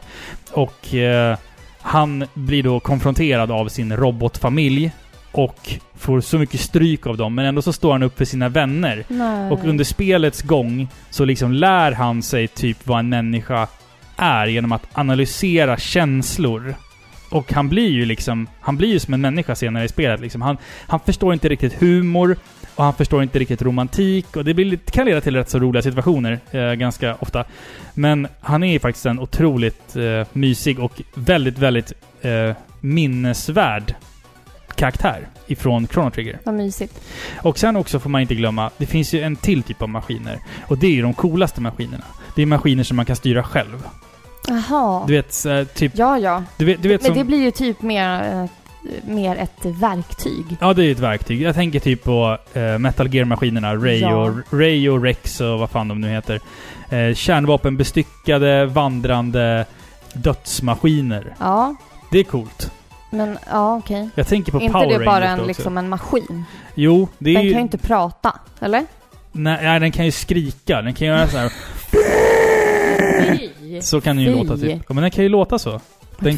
Och eh, han blir då konfronterad av sin robotfamilj och får så mycket stryk av dem, men ändå så står han upp för sina vänner.
Nej.
Och under spelets gång så liksom lär han sig typ vad en människa är genom att analysera känslor. Och han blir ju liksom, han blir ju som en människa senare i spelet liksom. Han, han förstår inte riktigt humor och han förstår inte riktigt romantik och det blir, lite- kan leda till rätt så roliga situationer eh, ganska ofta. Men han är ju faktiskt en otroligt eh, mysig och väldigt, väldigt eh, minnesvärd karaktär ifrån Chrono Trigger.
Vad mysigt.
Och sen också får man inte glömma, det finns ju en till typ av maskiner. Och det är ju de coolaste maskinerna. Det är maskiner som man kan styra själv.
Jaha.
Du vet, så här, typ...
Ja, ja.
Du vet, du vet
Men
som,
det blir ju typ mer, eh, mer ett verktyg.
Ja, det är ju ett verktyg. Jag tänker typ på eh, Metal Gear-maskinerna. Ray,
Ja.
och, Ray och Rex och vad fan de nu heter. Eh, kärnvapenbestyckade, vandrande dödsmaskiner.
Ja,
Det är coolt.
men ja okej.
Jag tänker på
Är inte
Power
det bara
Rangers
en,
också.
liksom, en maskin?
Jo, det är
Den
ju...
kan ju inte prata, eller?
Nej, nej, den kan ju skrika. Den kan göra så här...
Nej.
Så kan den ju
Fy.
låta typ. Ja, men den kan ju låta så. Den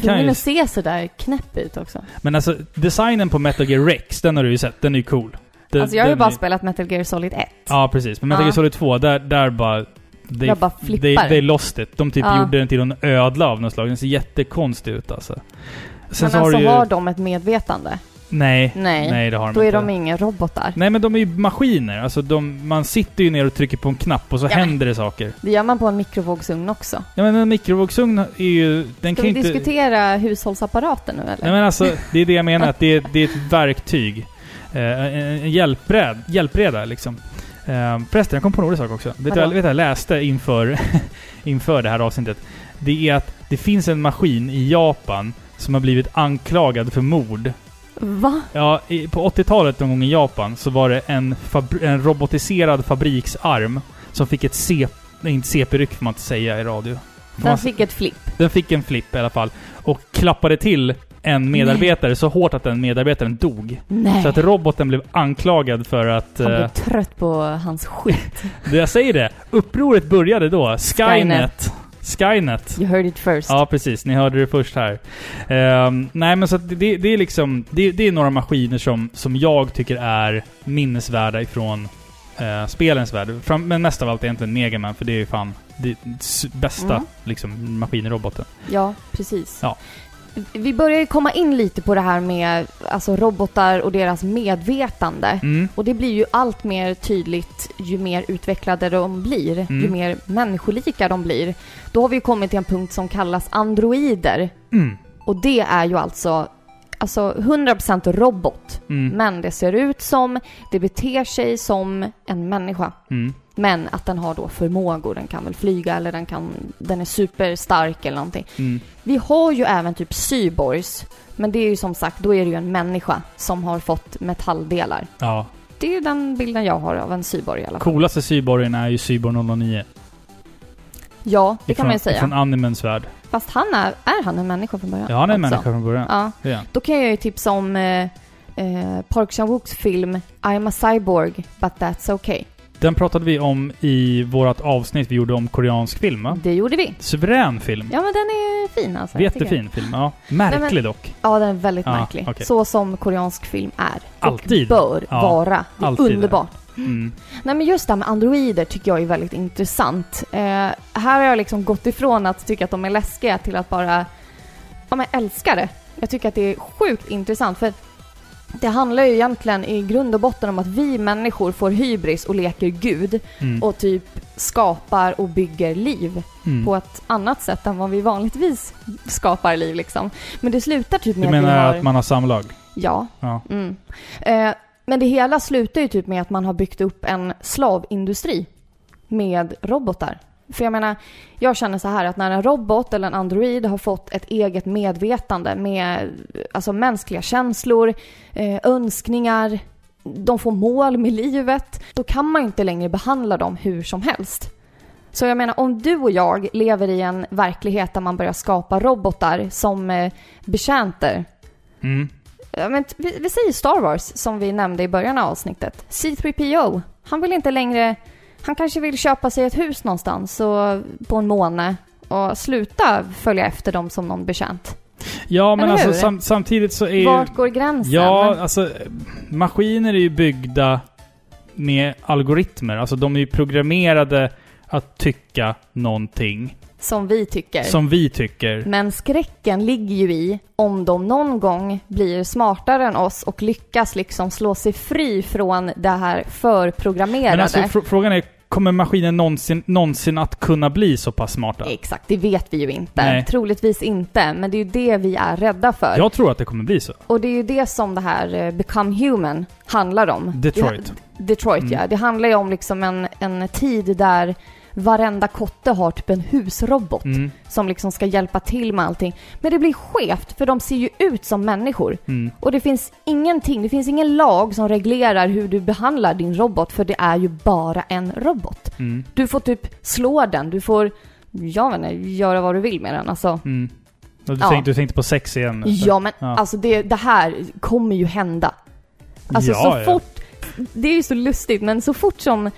kan
Tvungen
ju
att se sådär knäpp ut också.
Men alltså, designen på Metal Gear Rex, den har du ju sett. Den är ju cool. Den,
alltså jag har ju
den
bara
är-
spelat Metal Gear Solid 1.
Ja, precis. Men Metal
Ja.
Gear Solid 2, där, där bara... They,
Jag bara
they,
flippar.
they lost it. De typ
Ja.
gjorde den till en ödla av något slag. Den ser jättekonstig ut alltså. Sen
men
så har
alltså
du ju...
har de ett medvetande?
Nej.
Nej.
Nej, det har de
Då är
inte.
de inga robotar.
Nej, men de är ju maskiner. Alltså, de, man sitter ju ner och trycker på en knapp och så
Ja, men-
händer det saker.
Det gör man på en mikrovågsugn också.
Ja, men en mikrovågsugn är ju... Den
Ska vi
kan ju inte...
diskutera hushållsapparater nu eller?
Nej men alltså, det är det jag menar. Att det, är, det är ett verktyg. Eh, en en hjälpbred, hjälpreda liksom. Eh, förresten, jag kom på en rolig sak också. Vet
Vadå?
du vet du vad jag läste inför, inför det här avsnittet? Det är att det finns en maskin i Japan som har blivit anklagad för mord.
Va?
Ja, i, på 80-talet någon gång i Japan så var det en, fabri- en robotiserad fabriksarm Som fick ett C... Nej, inte CP-ryck får man inte säga i radio. Får man
Den
s-
fick ett flipp.
den fick en flipp i alla fall. Och klappade till en medarbetare så hårt att den medarbetaren dog.
Nej.
Så att roboten blev anklagad för att...
Han blev
Eh,
trött på hans skit.
det jag säger det, upproret började då. Skynet. Skynet.
You heard it first.
Ja, precis. Ni hörde det först här. Ehm, nej, men så att det, det är liksom... Det, det är några maskiner som, som jag tycker är minnesvärda ifrån eh, spelens värld. Fram, men mest av allt egentligen Megaman, för det är ju fan det s- bästa
Mm.
liksom, maskinen i roboten.
Ja, precis.
Ja.
Vi börjar ju komma in lite på det här med alltså, robotar och deras medvetande.
Mm.
Och det blir ju allt mer tydligt ju mer utvecklade de blir, ju
Mm.
mer människolika de blir. Då har vi ju kommit till en punkt som kallas androider.
Mm.
Och det är ju alltså, alltså 100% robot.
Mm.
Men det ser ut som, det beter sig som en människa.
Mm.
Men att den har då förmågor, den kan väl flyga eller den, kan, den är superstark eller någonting.
Mm.
Vi har ju även typ cyborgs, men det är ju som sagt, då är det ju en människa som har fått metalldelar.
Ja.
Det är ju den bilden jag har av en cyborg i alla fall.
Coolaste cyborgen är ju Cyborg 009.
Ja, det kan
Ifrån-
man ju säga.
Från Animens värld.
Fast han är, är han en människa från början?
Ja, han är en
också?
människa från början.
Ja.
Det är han.
Då kan jag ju tipsa om eh, eh, Park Chan-wooks film I'm a cyborg, but that's okay.
Den pratade vi om i vårt avsnitt vi gjorde om koreansk film, va?
Det gjorde vi.
Suverän film.
Ja, men den är fin alltså. jag tycker
Jättefin film, ja. Märklig
Nej, men-
dock.
den. Ja, den är väldigt
Ja,
märklig.
okej.
Så som koreansk film är.
Alltid.
Och bör
Ja,
vara. Det är
alltid är.
underbart.
Mm.
Nej men just det här med androider tycker jag är väldigt intressant. Eh, här har jag liksom gått ifrån att tycka att de är läskiga till att bara ja, men älska det. Jag tycker att det är sjukt intressant för det handlar ju egentligen i grund och botten om att vi människor får hybris och leker gud
Mm.
och typ skapar och bygger liv
Mm.
på ett annat sätt än vad vi vanligtvis skapar liv liksom. Men det slutar typ med
Du
att vi
menar
har...
att man har samlag?
Ja.
Ja.
Mm. Eh, men det hela slutar ju typ med att man har byggt upp en slavindustri med robotar. För jag menar, jag känner så här att när en robot eller en android har fått ett eget medvetande med alltså, mänskliga känslor, eh, önskningar, de får mål med livet, då kan man ju inte längre behandla dem hur som helst. Så jag menar, om du och jag lever i en verklighet där man börjar skapa robotar som eh, betjänter,
Mm.
Ja, men t- vi, vi säger Star Wars som vi nämnde i början av avsnittet. C3PO, han vill inte längre... Han kanske vill köpa sig ett hus någonstans och, på en måne och sluta följa efter dem som någon betjänt.
Ja, men
Eller
alltså
hur?
sam, samtidigt så är ju...
Vart går gränsen?
Ja, alltså eh, maskiner är ju byggda med algoritmer. Alltså de är ju programmerade att tycka någonting
Som vi tycker.
som vi tycker.
Men skräcken ligger ju i om de någon gång blir smartare än oss och lyckas liksom slå sig fri från det här
alltså,
förprogrammerade.
Men alltså fr- frågan är, kommer maskinen någonsin, någonsin att kunna bli så pass smarta?
Exakt, det vet vi ju inte.
Nej.
Troligtvis inte, men det är ju det vi är rädda för.
Jag tror att det kommer bli så.
Och det är ju det som det här eh, Become Human handlar om.
Detroit.
Det, Detroit
Mm.
ja. Det handlar ju om liksom en, en tid där varenda kotte har typ en husrobot
Mm,
som liksom ska hjälpa till med allting. Men det blir skevt för de ser ju ut som människor.
mm.
Och det finns ingenting, det finns ingen lag som reglerar hur du behandlar din robot för det är ju bara en robot.
Mm.
Du får typ slå den, du får, jag vet inte, göra vad du vill med den alltså.
Mm. Och Du,
Ja.
tänkte, du tänkte på sex igen?
Ja men
Ja.
alltså det, det här kommer ju hända. Alltså
Ja,
så
ja.
fort, det är ju så lustigt men så fort som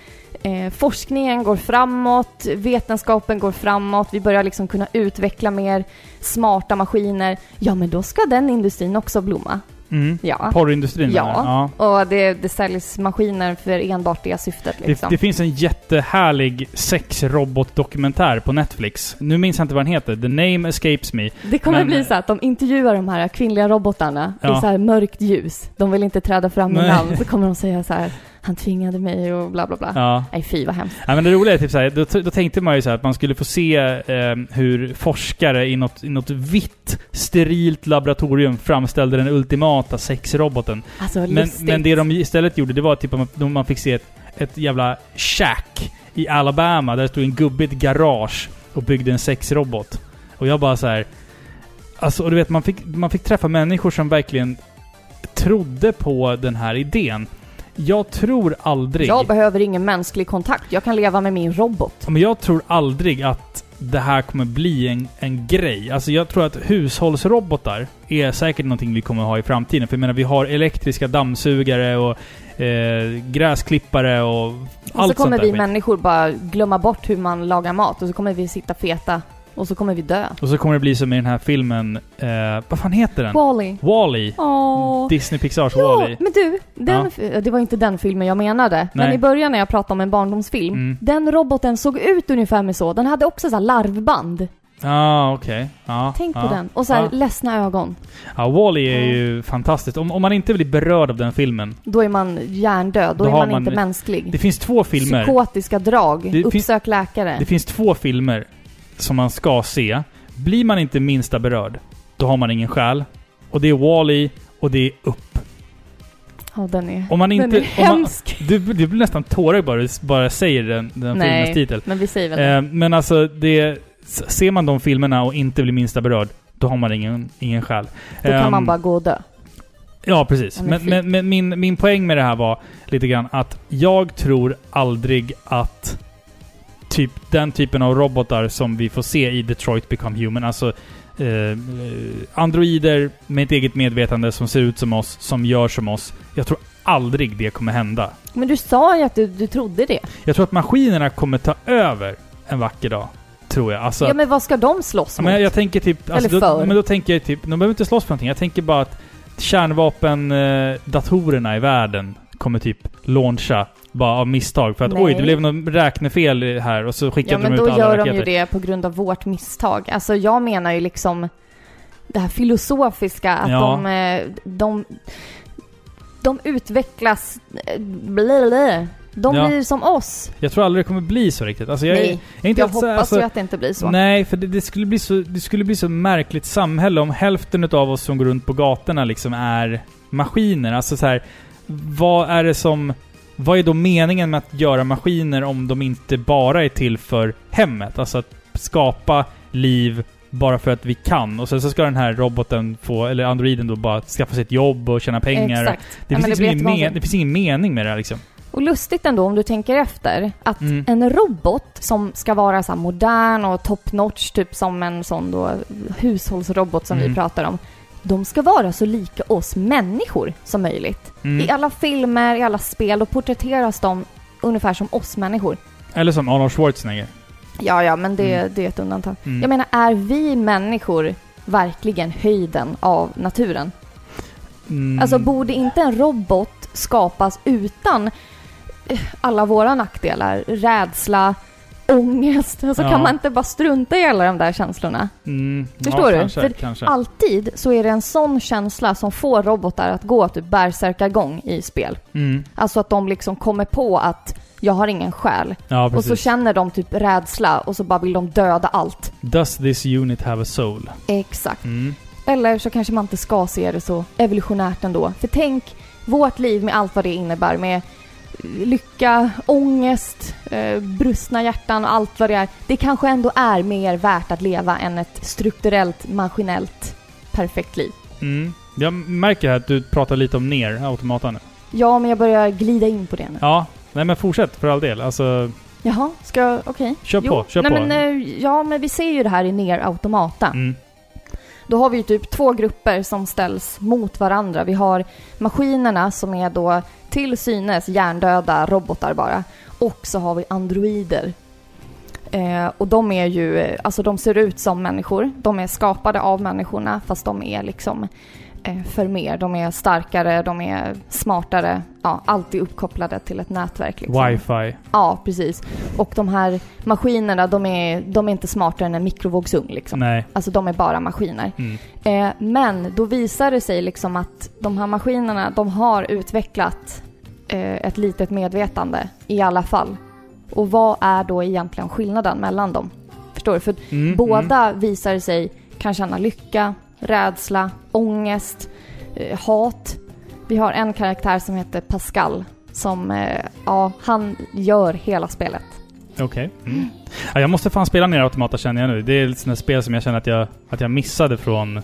eh, forskningen går framåt, vetenskapen går framåt, vi börjar liksom kunna utveckla mer smarta maskiner, ja men då ska den industrin också blomma.
Mm.
Ja.
Porrindustrin
Ja.
menar du? ja.
Och det, det säljs maskiner för enbart det syftet
Det,
liksom.
det finns en jättehärlig sexrobotdokumentär på Netflix. Nu minns jag inte vad den heter. The name escapes me.
Det kommer
Men-
bli så att de intervjuar de här kvinnliga robotarna
Ja.
i så här mörkt ljus. De vill inte träda fram med
Nej.
namn. Så kommer de säga så här, han tvingade mig och bla bla bla.
Ja.
Nej fy vad hemskt.
ja men det roliga är typ så här, då, då tänkte man ju så här att man skulle få se eh, hur forskare i något, i något vitt, sterilt laboratorium framställde den ultimata sexroboten.
Alltså vad
Men,
lustigt.
men det de istället gjorde, det var typ att man- de- man fick se ett, ett jävla shack i Alabama där det stod en gubbe i ett garage och byggde en sexrobot. Och jag bara så här. Alltså, och du vet, man fick, man fick träffa människor som verkligen trodde på den här idén. Jag tror aldrig...
Jag behöver ingen mänsklig kontakt. Jag kan leva med min robot.
Ja, Men jag tror aldrig att det här kommer bli en, en grej. Alltså jag tror att hushållsrobotar är säkert någonting vi kommer ha i framtiden. För jag menar, vi har elektriska dammsugare och eh, gräsklippare och
och så
allt
kommer
sånt
vi
där skit.
människor bara glömma bort hur man lagar mat och så kommer vi sitta feta och så kommer vi dö.
Och så kommer det bli som i den här filmen... Eh, vad fan heter den?
Wally.
Wall-E.
Åh.
Disney Pixars
Ja,
Wall-E.
men du, den,
Ja.
fi- det var inte den filmen jag menade. Men
Nej.
i början när jag pratade om en barndomsfilm,
Mm.
den roboten såg ut ungefär med så. Den hade också så här larvband.
Ja, ah, okej. Ja,
Tänk
ja.
på den. Och så här
Ja.
ledsna ögon.
Ja, Wall-E är ju fantastiskt. Om, om man inte blir berörd av den filmen.
Då är man hjärndöd, då,
Då
är
har
man,
man-
inte mänsklig.
Det finns två filmer.
Psykotiska drag,
Det finns-
uppsök läkare.
Det finns två filmer som man ska se. Blir man inte minsta berörd, då har man ingen själ. Och det är Wall-E och det är Upp.
Ja, den är,
Om man inte...
den är
om man,
hemsk.
du, du blir nästan tårögd bara du s- bara säger den, den filmens titel.
men vi säger väl det.
Eh, men alltså, det, s- ser man de filmerna och inte blir minsta berörd, då har man ingen, ingen själ.
Då kan
Ehm,
man bara gå och dö.
Ja, precis.
Ja, men
Men,
fint.
men, men min, min poäng med det här var lite grann att jag tror aldrig att typ den typen av robotar som vi får se i Detroit Become Human, alltså eh, eh, androider med ett eget medvetande som ser ut som oss, som gör som oss. Jag tror aldrig det kommer hända.
Men du sa ju att du, du trodde det.
Jag tror att maskinerna kommer ta över en vacker dag. Tror jag. Alltså,
Ja, men vad ska de slåss
Ja,
mot?
Men jag, jag tänker typ... Alltså,
Eller
då,
för.
men då tänker jag typ... De behöver inte slåss för någonting. Jag tänker bara att kärnvapendatorerna i världen kommer typ launcha bara av misstag. För att
Nej.
oj, det blev något räknefel här och så
Ja,
skickade
men
de ut
då
alla
gör de
raketer.
ju det på grund av vårt misstag. Alltså jag menar ju liksom det här filosofiska att
Ja.
de, eh, de, de utvecklas... eh, blä, blä. De
Ja.
blir som oss.
Jag tror aldrig det kommer bli så riktigt. Alltså, jag, är-
Nej,
jag är inte
jag
helt så-
hoppas
alltså,
ju att det inte blir Typ så.
Nej, för det, det, skulle bli så, det skulle bli så märkligt samhälle om hälften av oss som går runt på gatorna liksom är maskiner. Alltså så här, vad är det som... Vad är då meningen med att göra maskiner om de inte bara är till för hemmet? Alltså att skapa liv bara för att vi kan. Och sen så ska den här roboten få, eller androiden då bara skaffa sig ett jobb och tjäna pengar.
Exakt.
Det,
Ja, men
finns
det
liksom
blir
ingen men,
jättekonstigt.
det finns ingen mening med det här liksom.
Och lustigt ändå om du tänker efter att
Mm.
en robot som ska vara så här modern och top notch, typ som en sån då hushållsrobot som
Mm.
vi pratar om. De ska vara så lika oss människor som möjligt.
Mm.
I alla filmer, i alla spel, då porträtteras de ungefär som oss människor.
Eller som Arnold Schwarzenegger.
Ja, ja, men det, det är ett undantag.
Mm.
Jag menar, är vi människor verkligen höjden av naturen?
Mm.
Alltså borde inte en robot skapas utan eh, alla våra nackdelar? Rädsla, ångest. Alltså
Ja.
kan man inte bara strunta i alla de där känslorna?
Mm.
Förstår du?
Kanske,
För
kanske.
Alltid så är det en sån känsla som får robotar att gå typ bärsärkagång i spel.
Mm.
Alltså att de liksom kommer på att jag har ingen själ.
Ja,
och
precis.
så känner de typ rädsla och så bara vill de döda allt.
Does this unit have a soul?
Exakt.
Mm.
Eller så kanske man inte ska se det så evolutionärt ändå. För tänk vårt liv med allt vad det innebär med lycka, ångest, eh, brustna hjärtan och allt vad det är. Det kanske ändå är mer värt att leva än ett strukturellt, maskinellt, perfekt liv.
Mm. Jag märker här att du pratar lite om ner automaten.
Ja, men jag börjar glida in på det nu.
Ja, nej men fortsätt för all del. Alltså,
Jaha, ska jag... Okej.
kör
Jo,
på. Kör
Nej,
på.
men, eh, ja, men vi ser ju det här i ner automata.
mm.
Då har vi ju typ två grupper som ställs mot varandra. Vi har maskinerna som är då till synes hjärndöda robotar bara. Och så har vi androider. Eh, och de är ju, eh, alltså de ser ut som människor. De är skapade av människorna fast de är liksom eh, för mer. De är starkare, de är smartare, ja, alltid uppkopplade till ett nätverk. Liksom.
Wifi.
Ja, precis. Och de här maskinerna, de är, de är inte smartare än en mikrovågsugn liksom.
Nej.
Alltså de är bara maskiner.
Mm.
Eh, men då visar det sig liksom att de här maskinerna, de har utvecklat eh, ett litet medvetande i alla fall. Och vad är då egentligen skillnaden mellan dem? Förstår du? För
Mm,
båda visar sig kan känna lycka, rädsla, ångest, eh, hat. Vi har en karaktär som heter Pascal som, eh, ja, han gör hela spelet.
Okej. Mm. Ja, jag måste fan spela ner automata känner jag nu. Det är ett sånt här spel som jag känner att jag, att jag missade från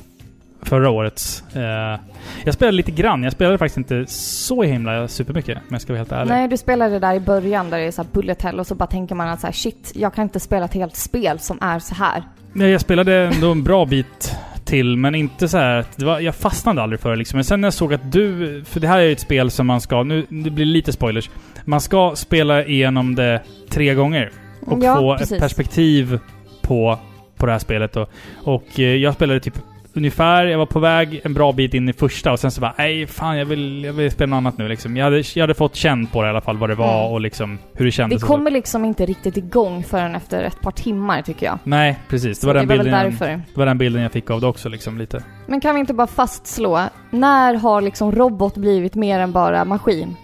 förra årets. Eh, jag spelade lite grann. Jag spelade faktiskt inte så himla supermycket om jag ska vara helt ärlig.
Nej, du spelade det där i början där det är så här bullet hell och så bara tänker man att så här, shit, jag kan inte spela ett helt spel som är så här.
Nej, jag spelade ändå en bra bit till, men inte så här att det var, Jag fastnade aldrig för det liksom. Men sen när jag såg att du... För det här är ju ett spel som man ska... Nu det blir lite spoilers. Man ska spela igenom det tre gånger. Och
Ja,
få
precis.
ett perspektiv på, på det här spelet då. Och eh, jag spelade typ ungefär... Jag var på väg en bra bit in i första och sen så bara nej fan jag vill, jag vill spela något annat nu liksom. Jag hade, jag hade fått känn på det i alla fall vad det var
Mm.
och liksom hur det kändes.
Vi
och så.
kommer liksom inte riktigt igång förrän efter ett par timmar tycker jag.
Nej, precis. Det var,
Så
den
det var
bilden,
väl
jag-
därför.
det var den bilden jag fick av det också liksom lite.
Men kan vi inte bara fastslå, när har liksom robot blivit mer än bara maskin?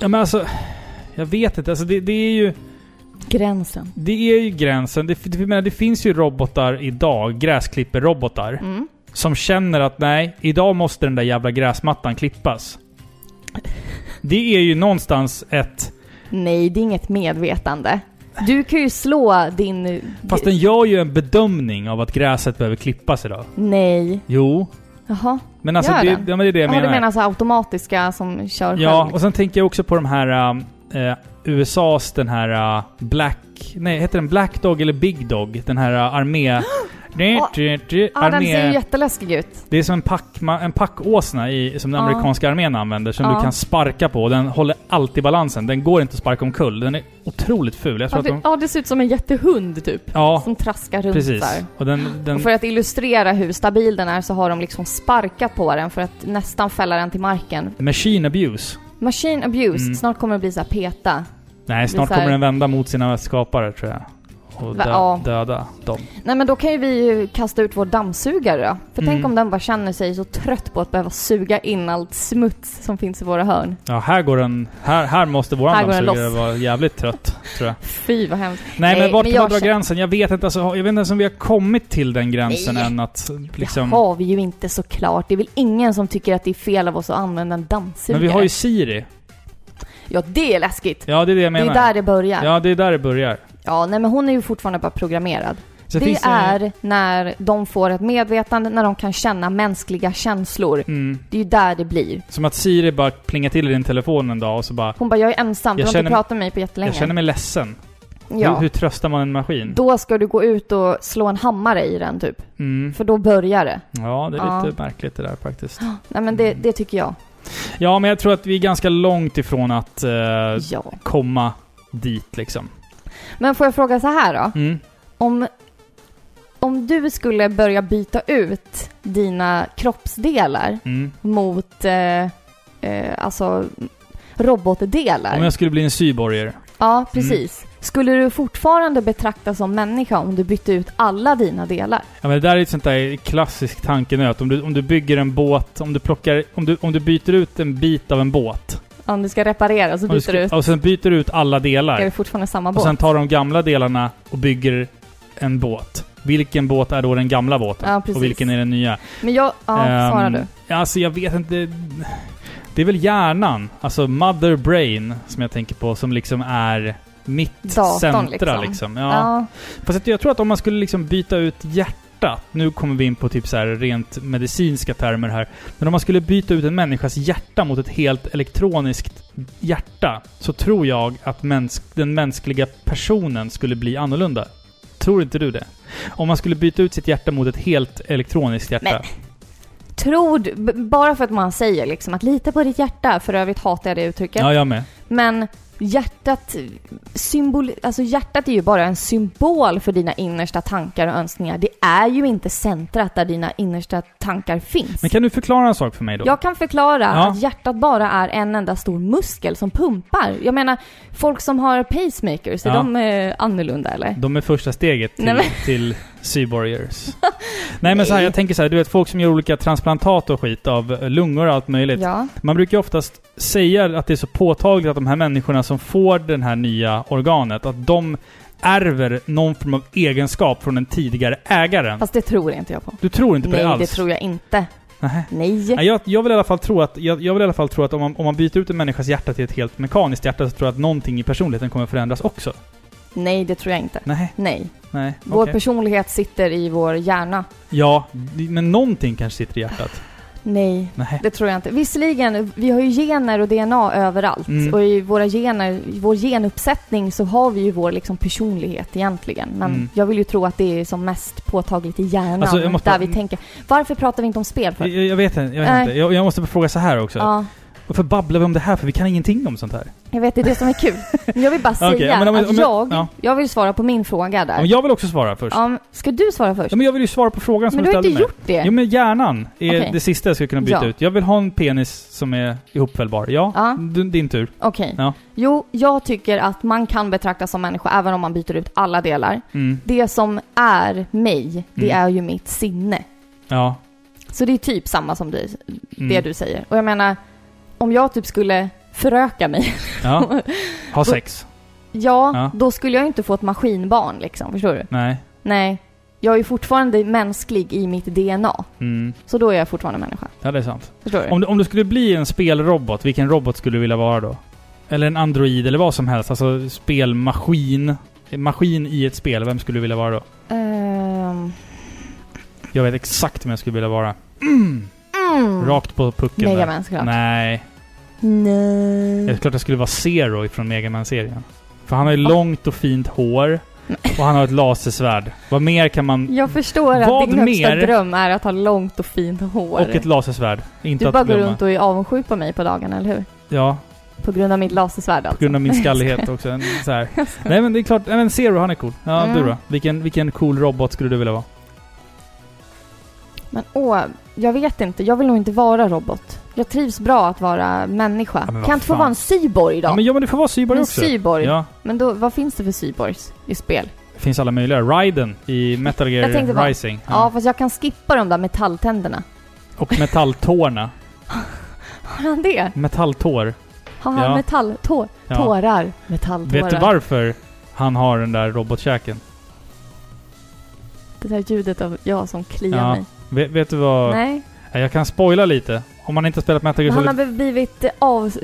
Ja men alltså... Jag vet inte. Alltså det, det är ju...
Gränsen.
Det är ju gränsen. Det, det, jag menar, det finns ju robotar idag, gräsklipperrobotar,
Mm.
som känner att nej, idag måste den där jävla gräsmattan klippas. Det är ju någonstans ett...
Nej, det är inget medvetande. Du kan ju slå din...
Fast den gör ju en bedömning av att gräset behöver klippas idag.
Nej.
Jo.
Jaha.
Men alltså
Gör
det, ja,
den?
men det är det jag
Jaha,
menar.
du menar så här automatiska som kör
Ja,
själv? liksom.
och sen tänker jag också på de här... um, eh, USAs den här uh, Black... Nej, heter den Black Dog eller Big Dog? Den här uh, armé...
Ja, Ja, den ser ju jätteläskig ut.
Det är som en, packma, en packåsna i, som den
Ja.
amerikanska armén använder som
Ja.
du kan sparka på. Den håller alltid balansen. Den går inte att sparka omkull. Den är otroligt ful. Jag
Ja
tror att
det,
de,
ja, det ser ut som en jättehund typ.
ja,
Som traskar runt
precis.
där.
Och den, den,
Och för att illustrera hur stabil den är så har de liksom sparkat på den för att nästan fälla den till marken.
machine abuse.
Machine abuse,
Mm.
snart kommer det bli så här peta.
Nej, snart
så här-
kommer den vända mot sina skapare tror jag. Och
Va-
dö,
ja.
döda dem.
Nej men då kan ju vi ju kasta ut vår dammsugare då. För tänk
Mm.
om den bara känner sig så trött på att behöva suga in allt smuts som finns i våra hörn.
Ja, här går den... Här, här måste våran
Här går den
dammsugare
loss.
vara jävligt trött, tror jag.
Fy vad hemskt.
Nej,
Nej,
men vart
men
kan man
jag
dra
känner-
gränsen? Jag vet inte. Alltså, jag vet inte ens om vi har kommit till den gränsen än att liksom...
Det har vi ju inte såklart. Det är väl ingen som tycker att det är fel av oss att använda en dammsugare.
Men vi har ju Siri.
Ja det är läskigt.
Ja, det är det jag
det
menar.
är där det börjar. Ja.
Ja, det är där det börjar.
nej men hon är ju fortfarande bara programmerad.
Så
det
finns
är när de får ett medvetande, när de kan känna mänskliga känslor.
Mm.
Det är ju där det blir.
Som att Siri bara plingar till i din telefon en dag och så bara
Hon bara, jag är ensam, du
Jag
har
känner
inte
mig-
pratat med mig på jättelänge.
Jag känner mig ledsen.
ja.
Hur, hur tröstar man en maskin?
Då ska du gå ut och slå en hammare i den typ.
Mm.
För då börjar det.
Ja, det är
Ja.
lite märkligt det där faktiskt.
Nej men
Mm.
det, det tycker jag.
Ja, men jag tror att vi är ganska långt ifrån att eh,
Ja.
komma dit liksom.
Men får jag fråga så här då?
Mm.
Om, om du skulle börja byta ut dina kroppsdelar
Mm.
mot eh, eh, alltså robotdelar.
Om jag Mm. skulle bli en cyborger.
Ja, precis. Skulle du fortfarande betraktas som människa om du bytte ut alla dina delar?
Ja, men det där är ett sånt där klassiskt tankenöt. Om du, om du bygger en båt, om du plockar... Om du, om du byter ut en bit av en båt.
Om du ska reparera så
Om du
byter du
ska,
ut,
och sen byter du ut alla delar.
är det fortfarande samma
Och
båt?
sen tar de gamla delarna och bygger en båt. Vilken båt är då den gamla båten?
Ja, precis.
och vilken är den nya?
Men jag... Ja,
Ehm,
svarar du.
Alltså jag vet inte. Det är väl hjärnan, alltså mother brain, som jag tänker på, som liksom är mitt
Datorn,
centra
liksom.
liksom. Ja.
ja.
Fast att jag tror att om man skulle liksom byta ut hjärtat, nu kommer vi in på typ så här rent medicinska termer här, men om man skulle byta ut en människas hjärta mot ett helt elektroniskt hjärta, så tror jag att mäns- den mänskliga personen skulle bli annorlunda. Tror inte du det? Om man skulle byta ut sitt hjärta mot ett helt elektroniskt hjärta.
Men- Tror du, b- bara för att man säger liksom att lita på ditt hjärta, för övrigt hatar jag det uttrycket.
ja, jag med.
Men hjärtat, symbol, alltså hjärtat är ju bara en symbol för dina innersta tankar och önskningar. Det är ju inte centrat där dina innersta tankar finns.
Men kan du förklara en sak för mig då?
Jag kan förklara
Ja.
att hjärtat bara är en enda stor muskel som pumpar. Jag menar, folk som har pacemakers, är
Ja. Mm.
de eh, annorlunda eller?
De är första steget till,
Nej, men-
till Seaborgers. Nej men så här, jag tänker så här, du vet folk som gör olika transplantat och skit av eh, lungor och allt möjligt.
Ja.
Man brukar ju oftast säga att det är så påtagligt att de här människorna som får det här nya organet, att de ärver någon form av egenskap från den tidigare ägaren.
Fast det tror inte jag på.
du tror inte på
Nej,
det alls?
det tror jag inte.
Nähä.
Nej.
Nej, jag, jag vill i alla fall tro att, jag, jag vill i alla fall tro att om, man, om man byter ut en människas hjärta till ett helt mekaniskt hjärta så tror jag att någonting i personligheten kommer förändras också.
Nej, det tror jag inte.
Nej,
Nej.
nej.
Vår
okej.
personlighet sitter i vår hjärna.
Ja, men någonting kanske sitter i hjärtat.
Nej,
Nej.
det tror jag inte. Visserligen, vi har ju gener och DNA överallt.
Mm.
Och i våra gener, i vår genuppsättning så har vi ju vår liksom, personlighet egentligen. Men
Mm.
jag vill ju tro att det är som mest påtagligt i hjärnan,
Alltså, jag måste
där
bara-
vi tänker. Varför pratar vi inte om spel för?
Jag, jag vet inte. Jag, vet
Nej.
inte. jag, jag måste fråga så här också.
Ja,
Varför babblar vi om det här? För vi kan ingenting om sånt här.
jag vet, det är det som är kul. Men jag vill bara säga
Okej, ja, men om-
att
om-
jag,
ja.
jag vill svara på min fråga
Ja,
där.
men jag vill också svara först.
Ja, men ska du svara först?
Ja, men jag vill ju svara på frågan som
men
du
du har
ställde
inte
mig.
gjort det.
Jo men hjärnan är
Okej.
det sista jag skulle kunna byta
Ja.
ut. Jag vill ha en penis som är ihopfällbar. Ja,
Ja.
D- din tur.
Okej.
Ja.
Jo, jag tycker att man kan betraktas som människa även om man byter ut alla delar.
Mm.
Det som är mig, det
Mm.
är ju mitt sinne.
Ja.
Så det är typ samma som du,
Mm.
det du säger. Och jag menar, om jag typ skulle föröka mig,
Ja. Ha sex.
ja,
Ja.
då skulle jag ju inte få ett maskinbarn liksom, förstår du?
Nej.
Nej. Jag är ju fortfarande mänsklig i mitt DNA,
Mm.
så då är jag fortfarande människa.
Ja, det är sant.
Förstår du?
Om du, om du skulle bli en spelrobot, vilken robot skulle du vilja vara då? Eller en android eller vad som helst. Alltså spelmaskin. En Maskin i ett spel. Vem skulle du vilja vara då?
Ehm,
Jag vet exakt vem jag skulle vilja vara.
mm.
Rakt på pucken där.
Megaman såklart. Mm.
Nej.
Nej.
Det är klart jag skulle vara Zero från Mega man serien För han har ju långt och fint hår. Och han har ett lasersvärd. Vad mer kan man...
Jag förstår att
Vad
din högsta
mer?
dröm är att ha långt och fint hår.
Och ett lasersvärd. Inte
du
att
bara går
glömma.
runt och är avundsjuk på mig på dagarna, eller hur?
Ja,
På grund av mitt lasersvärd
på
alltså.
grund av min skallighet också. En, så här. Nej men det är klart, nej, men Zero han är cool. Ja,
Mm.
du då? Vilken, vilken cool robot skulle du vilja vara?
Men åh, jag vet inte. Jag vill nog inte vara robot. Jag trivs bra att vara människa.
Ja, men
kan
vad
jag inte få
fan.
vara en cyborg då?
Ja, men, ja, men du får vara cyborg
en
också.
cyborg.
Ja.
Men då, vad finns det för cyborgs i spel?
Det finns alla möjliga. Raiden i Metal
Jag tänkte
Gear
bara-
Rising.
Ja. fast jag kan skippa de där metalltänderna.
Och metalltårna.
Har han det?
Metalltår.
Har han
Ja.
metalltår?
Ja.
Tårar? Metalltårar?
Vet du varför han har den där robotkäken?
Det där ljudet av jag som kliar
Ja.
mig.
Vet, vet du vad...
Nej.
Nej, Jag kan spoila lite. Om man inte har spelat
Men
Metal Gear
han har
Solid...
väl blivit eh, av...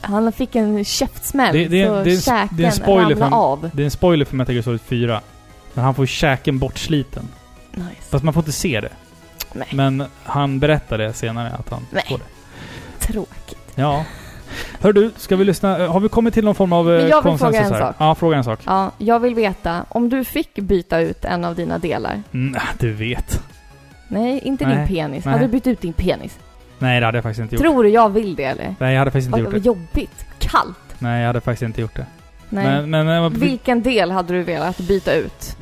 Han fick en käftsmäll
Det- det är-
så
det är en s-
käken
det är en spoiler
ramlade
för-
av.
Det är en spoiler för Metal Gear Solid 4. Men han får käken bortsliten.
Nice.
Fast man får inte se det.
Nej.
Men han berättar det senare att han
Nej.
får det.
Tråkigt.
Ja. Hör du, ska vi lyssna? eh, Har vi kommit till någon form av eh,
Men jag vill
konsensus
fråga en
här?
sak.
Ja, fråga en sak.
Ja, jag vill veta, om du fick byta ut en av dina delar.
Mm, ah, du vet.
Nej, inte din
Nej,
penis.
nej.
Hade du bytt ut din penis?
Nej, det hade jag faktiskt inte gjort.
Tror du jag vill det eller?
Nej, jag hade faktiskt inte
Vad
gjort
vad
det.
jobbigt. Kallt.
Nej, jag hade faktiskt inte gjort det.
Nej.
Men, men, eh, vad-
Vilken del hade du velat byta ut?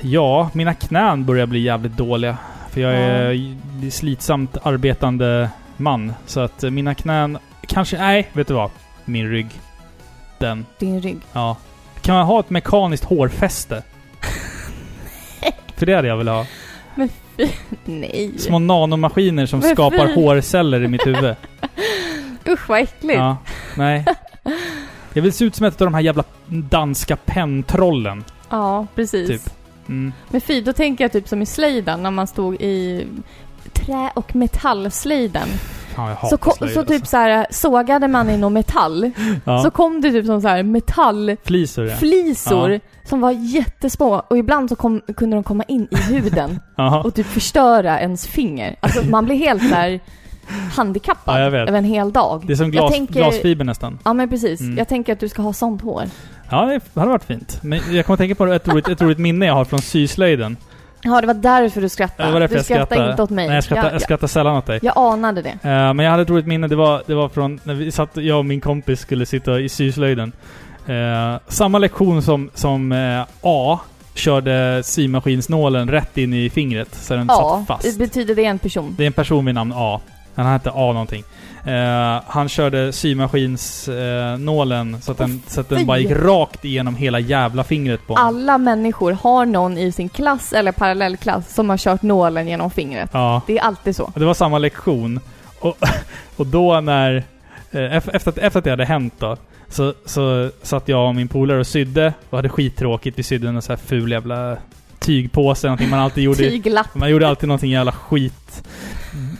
ja, mina knän börjar bli jävligt dåliga. För jag är eh, slitsamt arbetande man. Så att eh, mina knän... Kanske... Nej, vet du vad? Min rygg. Den.
Din rygg.
Ja. Kan man ha ett mekaniskt hårfäste? För det hade jag velat ha.
Nej.
Små nanomaskiner som
Men
skapar
fy.
hårceller i mitt huvud.
Usch vad äckligt.
ja. Nej. Jag vill se ut som ett av de här jävla danska penntrollen.
Ja, precis.
Typ. Mm.
Men fy, då tänker jag typ som i slöjden när man stod i trä och metallslöjden.
Fan, jag hatar alltså.
Så, ko-
slöjd,
så typ
alltså.
så här sågade man i någon metall.
ja.
Så kom det typ som så här metall
Flisor ja.
flisor
Ja.
som var jättesmå och ibland så kom, kunde de komma in i huden
ja.
och typ förstöra ens finger. Alltså man blir helt där handikappad
Ja, jag vet.
över en hel dag.
Det är som
Jag
glas,
tänker-
glasfiber nästan.
Ja men precis.
Mm.
Jag tänker att du ska ha sånt hår.
Ja, det hade varit fint. Men jag kommer att tänka på ett roligt, ett roligt minne jag har från syslöjden.
Ja, det var därför du skrattade.
Det var därför
du
jag skrattade.
inte åt mig.
Nej, jag skrattar,
jag,
jag skrattar sällan åt dig.
jag, jag anade det.
Eh, men jag hade ett roligt minne. Det var, det var från när vi satt, jag och min kompis skulle sitta i syslöjden. Eh, samma lektion som, som eh, A körde symaskinsnålen rätt in i fingret så den
Ja,
satt fast.
det betyder det en person?
Det är en person vid namn A. Han hette A någonting. Eh, han körde symaskinsnålen så att den, så att
fy!
den bara gick rakt igenom hela jävla fingret på honom.
Alla människor har någon i sin klass eller parallellklass som har kört nålen genom fingret.
Ja.
Det är alltid så.
Och Det var samma lektion. Och, och då när... eh, ef- Efter att, efter att det hade hänt då, så, så satt jag och min polare och sydde och hade skittråkigt. Vi sydde en sån här ful jävla tygpåse, någonting man alltid gjorde.
Tyglapp
Man gjorde alltid någonting jävla skit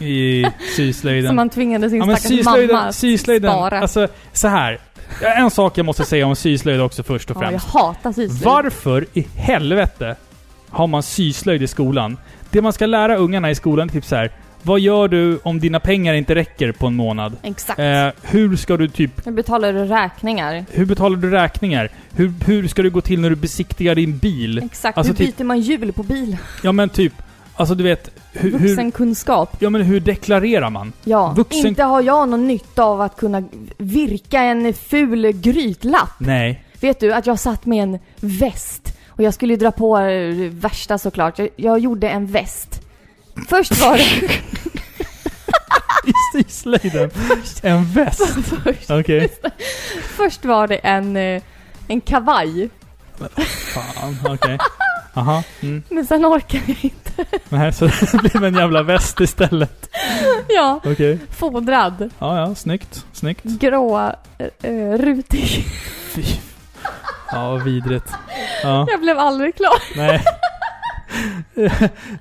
i syslöjden.
som man tvingade sin
ja, men
stackars mamma
syslöjden,
att
syslöjden
spara.
alltså så här. Ja, En sak jag måste säga om syslöjd också först och
Ja, jag
främst.
hatar syslöjd.
Varför i helvete har man syslöjd i skolan? Det man ska lära ungarna i skolan är typ så här. Vad gör du om dina pengar inte räcker på en månad?
Exakt.
Eh, hur ska du typ
Nu betalar du räkningar.
Hur betalar du räkningar? Hur, hur ska det gå till när du besiktigar din bil?
Exakt.
Alltså,
hur
typ-
byter man hjul på bilen?
Ja men typ, alltså du vet, hur, hur,
Vuxenkunskap.
ja, men hur deklarerar man?
Ja.
Vuxen-
Inte har jag någon nytta av att kunna virka en ful grytlapp.
Nej.
Vet du att jag satt med en väst och jag skulle ju dra på det värsta såklart. Jag, jag gjorde en väst. Först var det...
I syslöjden. En väst.
först,
Okej.
först var det en, eh, en kavaj.
Fan, okej. Aha. Mm.
Men sen orkade jag inte.
Nej, så det blev en jävla väst istället.
Ja,
Okej.
fodrad.
Ja, ja, snyggt. Snyggt.
Grå, eh, rutig.
Fy. Ja, vad vidrigt. Ja,
Jag blev aldrig klar.
nej.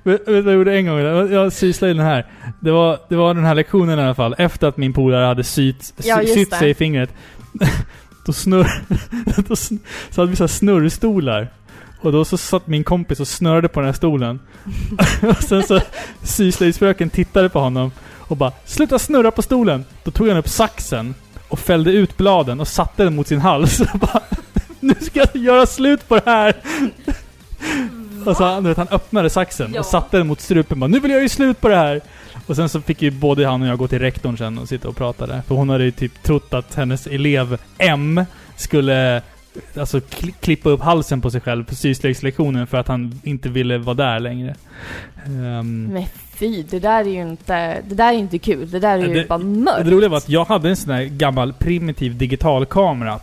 Vet vet du vad jag gjorde en gång? Jag- Jag syslöjden här. Det var, det var den här lektionen i alla fall. Efter att min polare hade sytt,
Ja,
sy,
just
sytt
det.
sig i fingret. Då snurr... Då sn- så hade vi så här snurrstolar. Och då så satt min kompis och snörde på den här stolen. och sen så syslöjdsfröken tittade på honom och bara ”Sluta snurra på stolen!” Då tog han upp saxen och fällde ut bladen och satte den mot sin hals. Och bara, ”Nu ska jag göra slut på det här!” Och så han, du vet, han öppnade saxen
Ja.
och satte den mot strupen och bara ”Nu vill jag ju slut på det här!” Och sen så fick ju både han och jag gå till rektorn sen och sitta och prata där. För hon hade ju typ trott att hennes elev M skulle alltså, kli- klippa upp halsen på sig själv på syslöjdslektionen för att han inte ville vara där längre. Ehm,
Men fy, det där är ju inte, det där är ju inte kul. Det där är ju
Det-
bara mörkt.
Det roliga var att jag hade en sån här gammal primitiv digitalkamera.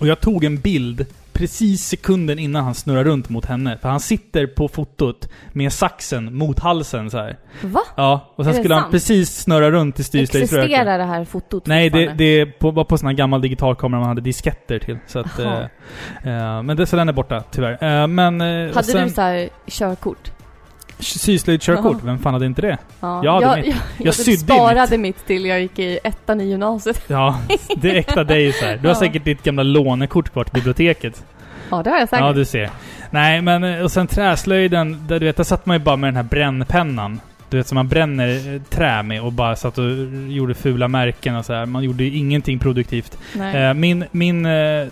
Och jag tog en bild precis sekunden innan han snurrar runt mot henne. För han sitter på fotot med saxen mot halsen så här.
Va?
Ja, och sen
Är det
skulle han
sant?
precis snurra runt i styrslöjdsröken.
Existerar det här fotot
Nej, det,
fortfarande?
det är på, var på sån här gammal digitalkamera man hade disketter till. Så att, eh,
Jaha.
eh, men det, så den är borta, tyvärr. Eh, men... Eh,
Hade
sen,
du så här körkort?
Syslöjdskörkort,
Jaha.
vem fan hade inte det?
Ja,
Jag hade
jag,
mitt.
jag,
Jag
jag typ
sydde ju
sparade mitt. till jag gick i ettan i gymnasiet.
Ja, det är äkta dig så här. Du har
Ja.
säkert ditt gamla lånekort kvar till biblioteket.
Ja, det har jag säkert.
Ja, du ser. Nej, men eh, och sen träslöjden, där, du vet, där satt man ju bara med den här brännpennan. Du vet, som man bränner eh, trä med och bara satt och gjorde fula märken och så här. Man gjorde ju ingenting produktivt.
Nej.
Eh, min min eh,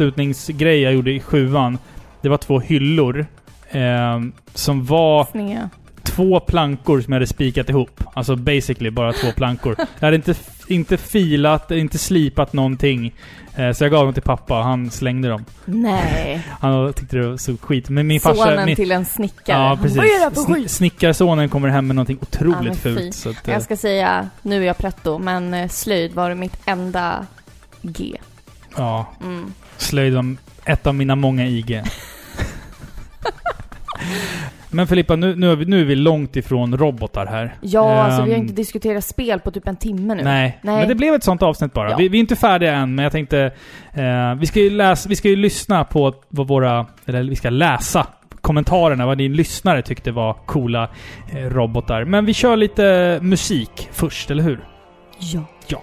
avslutningsgrej jag gjorde i sjuan, det var två hyllor. Eh, som var
Snea.
två plankor som jag hade spikat ihop. Alltså basically bara två plankor. Jag hade inte, inte filat, inte slipat någonting. Eh, Så jag gav dem till pappa och han slängde dem.
Nej.
Han tyckte det såg skit Men min farsa...
Sonen
Min,
till en snickare.
ja,
Han
precis.
bara, "Vad är det här för
Sn-
skit?"
Snickarsonen kommer hem med någonting
Ja,
otroligt
men fy.
fult. Så att, eh,
Jag ska säga, nu är jag pretto, men eh, slöjd var mitt enda G.
ja,
Mm.
slöjd var ett av mina många IG. Men Filippa, nu, nu, är vi, nu är vi långt ifrån robotar här.
Ja, alltså vi har
Ehm,
inte diskuterat spel på typ en timme nu.
Nej.
Nej.
men det blev ett sånt avsnitt bara.
Ja.
Vi, vi är inte färdiga än, men jag tänkte... Eh, vi, ska ju läsa, vi ska ju lyssna på vad våra... Eller vi ska läsa kommentarerna, vad din lyssnare tyckte var coola eh, robotar. Men vi kör lite musik först, eller hur?
Ja.
Ja.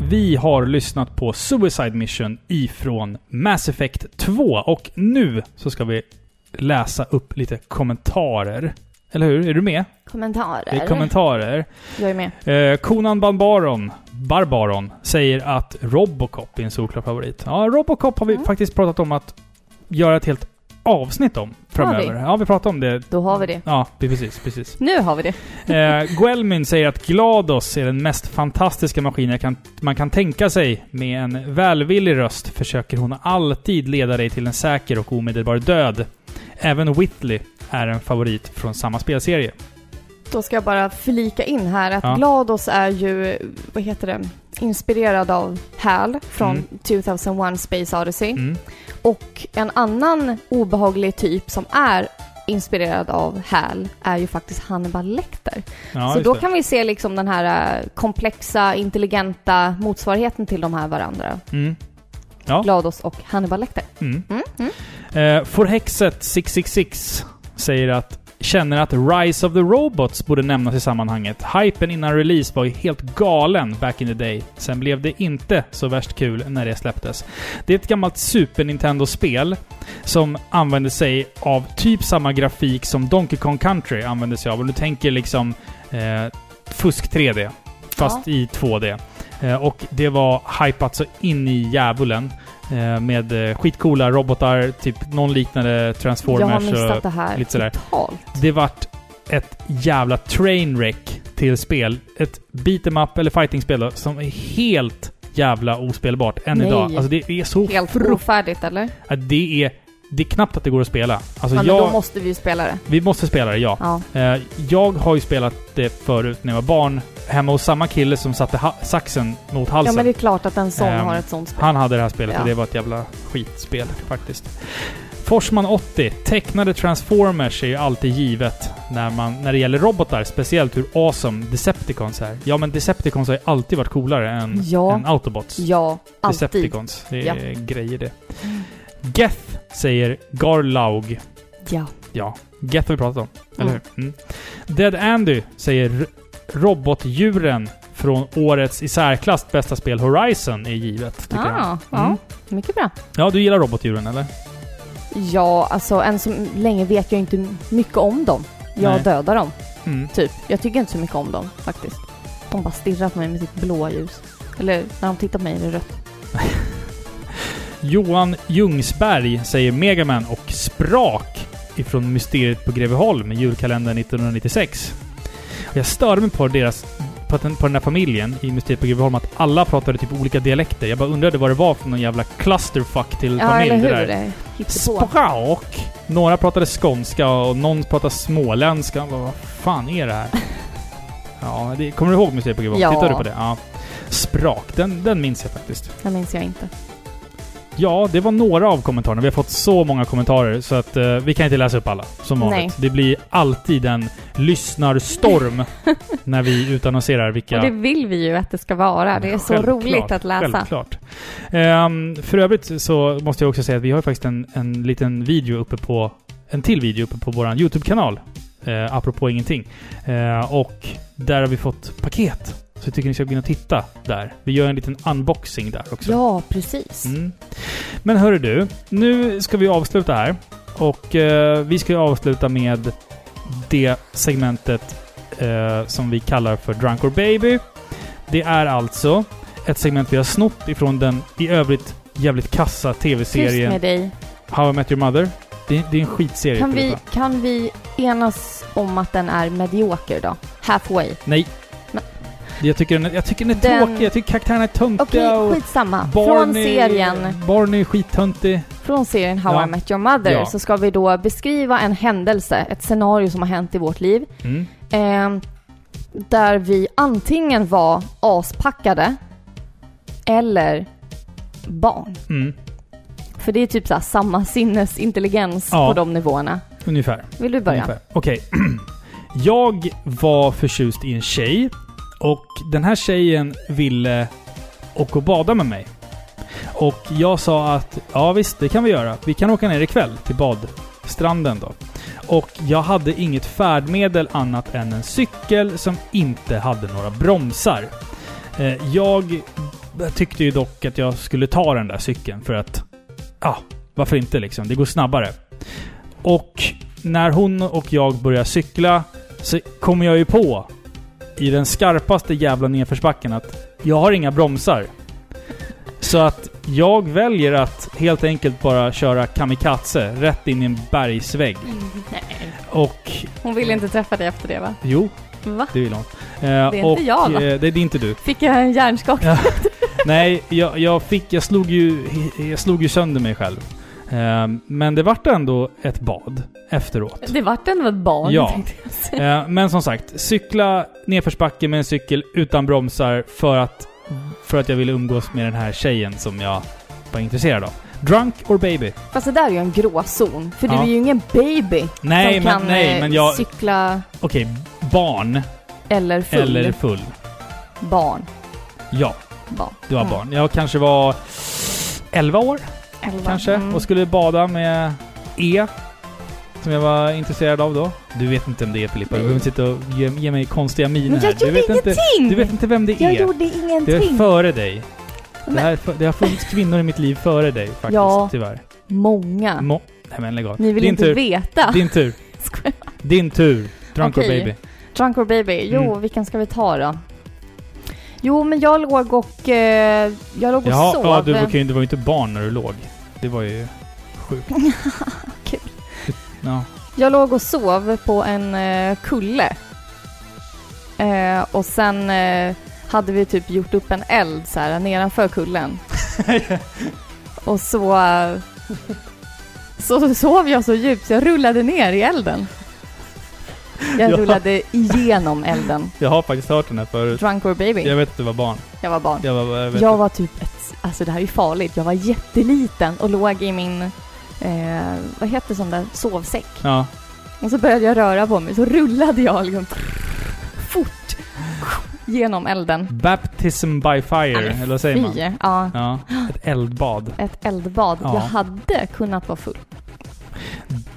Vi har lyssnat på Suicide Mission ifrån Mass Effect 2 och nu så ska vi läsa upp lite kommentarer. Eller hur? Är du med?
Kommentarer.
Det är kommentarer.
jag är med.
Eh, Konan Barbaron, Barbaron säger att Robocop är en solklar favorit. Ja, Robocop har vi
Mm.
faktiskt pratat om att göra ett helt avsnitt om framöver.
vi?
Ja, vi pratade om det.
Då har vi det.
Ja, precis, precis.
Nu har vi det.
Eh, Guelmin säger att Glados är den mest fantastiska maskin jag kan, man kan tänka sig. Med en välvillig röst försöker hon alltid leda dig till en säker och omedelbar död. Även Whitley är en favorit från samma spelserie.
Då ska jag bara flika in här att
Ja.
GLaDOS är ju, vad heter den, inspirerad av HAL från
Mm.
2001 Space Odyssey.
Mm.
Och en annan obehaglig typ som är inspirerad av HAL är ju faktiskt Hannibal Lecter.
Ja,
Så
just
då
det.
kan vi se liksom den här eh, komplexa, intelligenta motsvarigheten till de här varandra.
Mm. Ja.
GLaDOS och Hannibal Lecter.
Mm.
Mm,
Eh, Forhexet 666 säger att känner att Rise of the Robots borde nämnas i sammanhanget. Hypen innan release var ju helt galen back in the day. Sen blev det inte så värst kul när det släpptes. Det är ett gammalt Super Nintendo-spel som använder sig av typ samma grafik som Donkey Kong Country använder sig av. Och du tänker liksom eh, fusk 3D, fast i 2D. Eh, och det var hypat så in i djävulen. Eh, med eh, skitcoola robotar, typ någon liknande
Jag har
Transformers. och-
missat det här
lite sådär.
totalt.
det vart ett jävla trainwreck till spel. Ett beat em up eller fighting-spel då, som är helt jävla ospelbart än
Nej.
idag. Alltså det är så
Helt
fruktansvärt.
ofärdigt eller?
Att Det är, det är knappt att det går att spela. Alltså
Ja, men då
jag,
måste vi ju spela det.
vi måste spela det, ja.
Ja.
Eh, jag har ju spelat det förut när jag var barn, hemma hos samma kille som satte ha- saxen mot halsen.
ja men det är klart att en sån
Alltså, Ehm,
har ett sånt spel.
Han hade det här spelet
Ja.
och det var ett jävla skitspel faktiskt. Forsman 80. Tecknade Transformers är ju alltid givet när, man, när det gäller robotar. Speciellt hur awesome Decepticons är. Ja, men Decepticons har ju alltid varit coolare än,
Ja.
än Autobots.
Ja, alltid.
Decepticons. Det
Ja.
är grejer det. Geth säger Garlaug.
Ja.
Ja, Geth har vi pratat om. Eller
Mm.
hur? Mm. Dead Andy säger "R- robotdjuren från årets i särklass bästa spel Horizon är givet, tycker han.
Ah, ja.
Mm.
Mycket bra.
Ja, du gillar robotdjuren eller?
Ja, alltså än så länge vet jag inte mycket om dem. Jag
Nej.
dödar dem,
Mm.
typ. Jag tycker inte så mycket om dem, faktiskt. De bara stirrar på mig med sitt blåa ljus. Eller när de tittar på mig är det rött.
Johan Ljungsberg säger Megaman och Sprak ifrån Mysteriet på Greveholm, julkalendern 1996. Och Jag störde mig på deras på att den, på den här familjen i Mysteriet på Greveholm att alla pratade typ olika dialekter. Jag bara undrade vad det var för någon jävla clusterfuck till
Ja,
familj
eller hur?
det där.
Det Hittepå.
Sprak! Några pratade skånska och någon pratade småländska. Jag bara, vad fan är det här? ja, det, kommer du ihåg Mysteriet på Greveholm?
Ja.
Tittar du på det? Ja. Sprak, den, den minns jag faktiskt.
Det minns jag inte.
Ja, det var några av kommentarerna. Vi har fått så många kommentarer så att eh, vi kan inte läsa upp alla som vanligt.
Nej.
Det blir alltid en lyssnarstorm när vi utannonserar vilka...
Och det vill vi ju att det ska vara. Det är så
Självklart,
roligt att läsa.
Självklart. Ehm, för övrigt så måste jag också säga att vi har ju faktiskt en, en liten video uppe på... En till video uppe på vår YouTube-kanal. Uh, apropå ingenting. Eh, och där har vi fått paket. Så jag tycker ni ska gå in och titta där. Vi gör en liten unboxing där också.
Ja, precis.
Mm. Men hörru du, nu ska vi avsluta här. Och eh, vi ska ju avsluta med det segmentet eh, som vi kallar för Drunk or Baby. Det är alltså ett segment vi har snott ifrån den i övrigt jävligt kassa
Tyst med
tv-serien
dig.
How I Met Your Mother. Det, det är en skitserie.
Kan vi,
Filippa.
kan vi enas om att den är medioker då? Halfway.
Nej.
Nej.
Jag tycker den, jag tycker den är
Den-
tråkig. Jag tycker karaktärerna är töntiga
Okej,
och...
skitsamma. Från
Barney-
serien,
Barney är skittöntig.
från serien How
Ja.
I Met Your Mother
Ja.
så ska vi då beskriva en händelse, ett scenario som har hänt i vårt liv.
Mm.
Eh, där vi antingen var aspackade eller barn.
Mm.
För det är typ så här samma sinnesintelligens
Ja.
på de nivåerna.
Ungefär.
Vill du börja?
Ungefär. Okej. Jag var förtjust i en tjej och den här tjejen ville åka och bada med mig. Och jag sa att ja visst, det kan vi göra. Vi kan åka ner ikväll till badstranden då. Och jag hade inget färdmedel annat än en cykel som inte hade några bromsar. Eh, Jag jag tyckte ju dock att jag skulle ta den där cykeln för att... Ja, varför inte liksom? Det går snabbare. Och när hon och jag börjar cykla så kommer jag ju på i den skarpaste jävla nedförsbacken att jag har inga bromsar. Så att jag väljer att helt enkelt bara köra kamikaze rätt in i en bergsvägg.
Mm, Nej.
Och
Hon ville inte träffa dig efter det va?
jo,
Va?
det vill hon. det är
inte jag, va?
det, det är inte du.
Fick jag en hjärnskakning?
Nej, jag, jag fick... Jag slog, ju, jag slog ju sönder mig själv. Ehm, men det vart ändå ett bad efteråt.
Det vart ändå ett barn
Ja.
tänkte jag säga.
Eh, men som sagt, cykla nedförsbacke med en cykel utan bromsar för att, för att jag ville umgås med den här tjejen som jag var intresserad av. Drunk or baby?
Fast det där är ju en gråzon. För
Ja.
du är ju ingen baby
Nej,
som
men,
kan
nej,
eh,
men jag...
cykla
Okej, barn
eller full.
eller full.
Barn.
Ja,
barn.
du var
Mm.
barn. Jag kanske var 11 år
Elva.
kanske
Mm.
och skulle bada med E. Som jag var intresserad av då. Du vet inte vem det är Filippa. Du behöver inte sitta och ge, ge mig konstiga miner
Men jag
här. Du
gjorde
vet, inte, du vet inte vem det är.
Jag gjorde
Det är
ingenting.
före dig. Det,
Men-
här, det har funnits kvinnor i mitt liv före dig faktiskt,
Ja.
tyvärr.
Många.
Må, nej men lägg av.
Ni vill
Mm. Din
inte
tur.
veta.
Din tur.
Skojar.
Din tur. Drunk or
Okej.
baby.
Drunk or baby. Jo,
Mm.
vilken ska vi ta då? Jo, men jag låg och... Eh, jag låg och
Jaha,
sov.
ja, du, var ju, du var ju inte barn när du låg. Det var ju sjukt.
Kul.
Ja.
Jag låg och sov på en eh, kulle. Eh, och sen eh, hade vi typ gjort upp en eld så här nedanför kullen. och så, eh, så sov jag så djupt så jag rullade ner i elden. Jag
Ja.
rullade igenom elden.
Jag har faktiskt hört den här förut.
Drunk or baby.
Jag vet att du var barn.
Jag var barn.
Jag var, jag vet
Jag var typ ett, alltså det här är ju farligt, jag var jätteliten och låg i min, eh, vad heter sån där, sovsäck.
Ja.
Och så började jag röra på mig, så rullade jag liksom fort genom elden.
Baptism by fire, eller vad säger man?
Fy, ja.
Ja. Ett eldbad.
Ett eldbad.
Ja.
Jag hade kunnat vara full.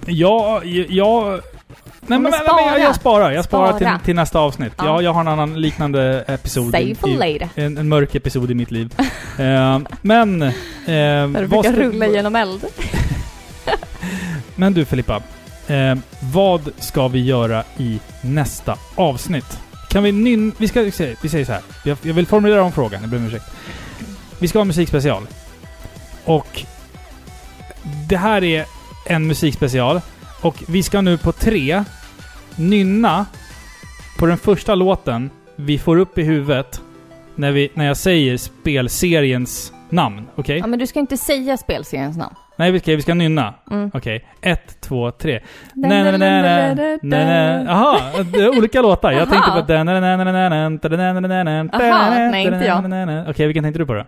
Jag... jag Nej,
men
men, men,
spara.
jag, jag sparar. Jag sparar
Spara.
Till, till nästa avsnitt.
Ja.
Jag, jag har en annan liknande episod. i-
Save for
i-
later.
en, en mörk episod i mitt liv. Eh, men... eh,
Där du
vad
brukar
ska-
rulla genom eld.
Men du Filippa. eh, vad ska vi göra i nästa avsnitt? Kan vi nyn... Vi ska... Vi säger, vi säger så här. Jag, jag vill formulera om frågan. Jag ber om ursäkt. Vi ska ha en musikspecial. Och... Det här är en musikspecial. Och vi ska nu på tre nynna på den första låten vi får upp i huvudet när, vi, när jag säger spelseriens namn. Okej?
Ja, men du ska inte säga spelseriens namn.
Nej, vi ska, vi ska nynna.
Mm.
Okej, ett, två, tre. Nej, nej, nej, nej, nej, nej. Jaha, det är olika låtar. Jag tänkte på...
Jaha.
den, nej, nej, nej, nej, nej, nej, nej, nej, nej, nej,
Aha, nej,
nej,
inte jag.
nej, nej, nej. Okej, vilken tänkte du på då?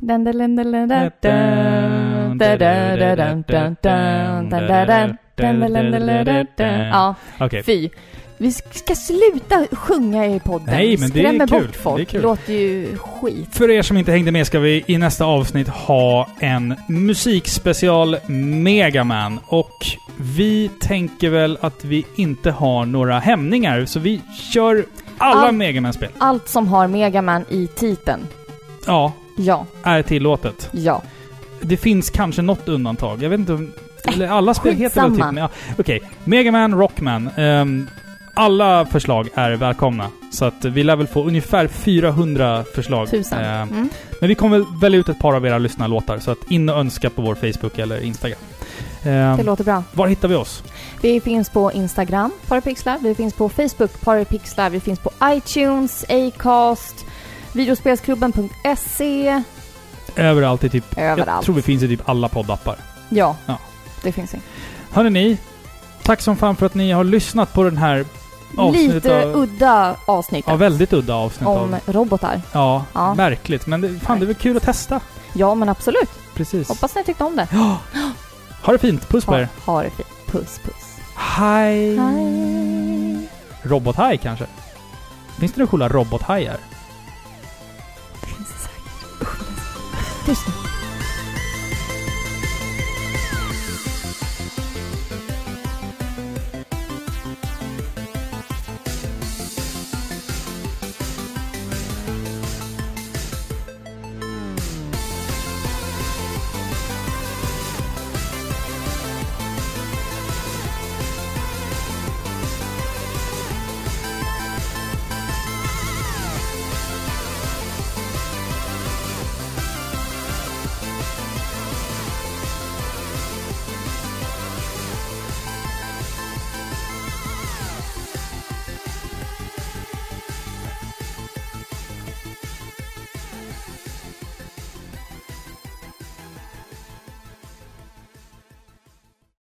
Dun, dun, dun, dun, dun, dun, dun, dun, dun, dun, dun, dun, dun, dun, dun, dun, dun, dun. Ja,
Okej.
fy. Vi ska sluta sjunga i podden.
Nej,
Vi
men det är
skrämmer
kul.
bort folk.
Det är kul.
låter ju skit.
För er som inte hängde med ska vi i nästa avsnitt ha en musikspecial Megaman. Och vi tänker väl att vi inte har några hämningar, så vi kör alla
Allt-
Megaman-spel.
Allt som har Megaman i titeln.
Ja,
Ja,
är tillåtet.
ja.
Det finns kanske något undantag. Jag vet inte om... Eller alla spel heter väl typ...
skitsamma.
men Ja, Okej. Mega Man, Rockman. ehm, alla förslag är välkomna. Så att vi lär väl få ungefär 400 förslag.
Tusen.
Ehm,
Mm.
Men vi kommer väl välja ut ett par av era lyssnarlåtar. Så att in och önska på vår Facebook eller Instagram. Ehm,
Det låter bra.
var hittar vi oss?
Vi finns på Instagram, Parapixlar. Vi finns på Facebook, Parapixlar. Vi finns på iTunes, Acast, videospelsklubben.se.
Överallt i typ... Jag
Överallt.
tror vi finns i typ alla poddappar.
Ja,
Ja.
det finns en.
Hörrni, ni. Tack som fan för att ni har lyssnat på den här avsnittet
Lite
av...
udda avsnitt
Ja, väldigt udda avsnitt av...
om robotar.
Ja,
Ja.
märkligt. Men det, fan, det är väl kul att testa.
Ja, men absolut.
Precis.
Hoppas ni tyckte om det.
Ha det fint. Puss på
Ha,
er.
ha det fint. Puss, puss.
Hej.
Hej.
Robothaj kanske? Finns det några coola robothajar?
Tyst nu.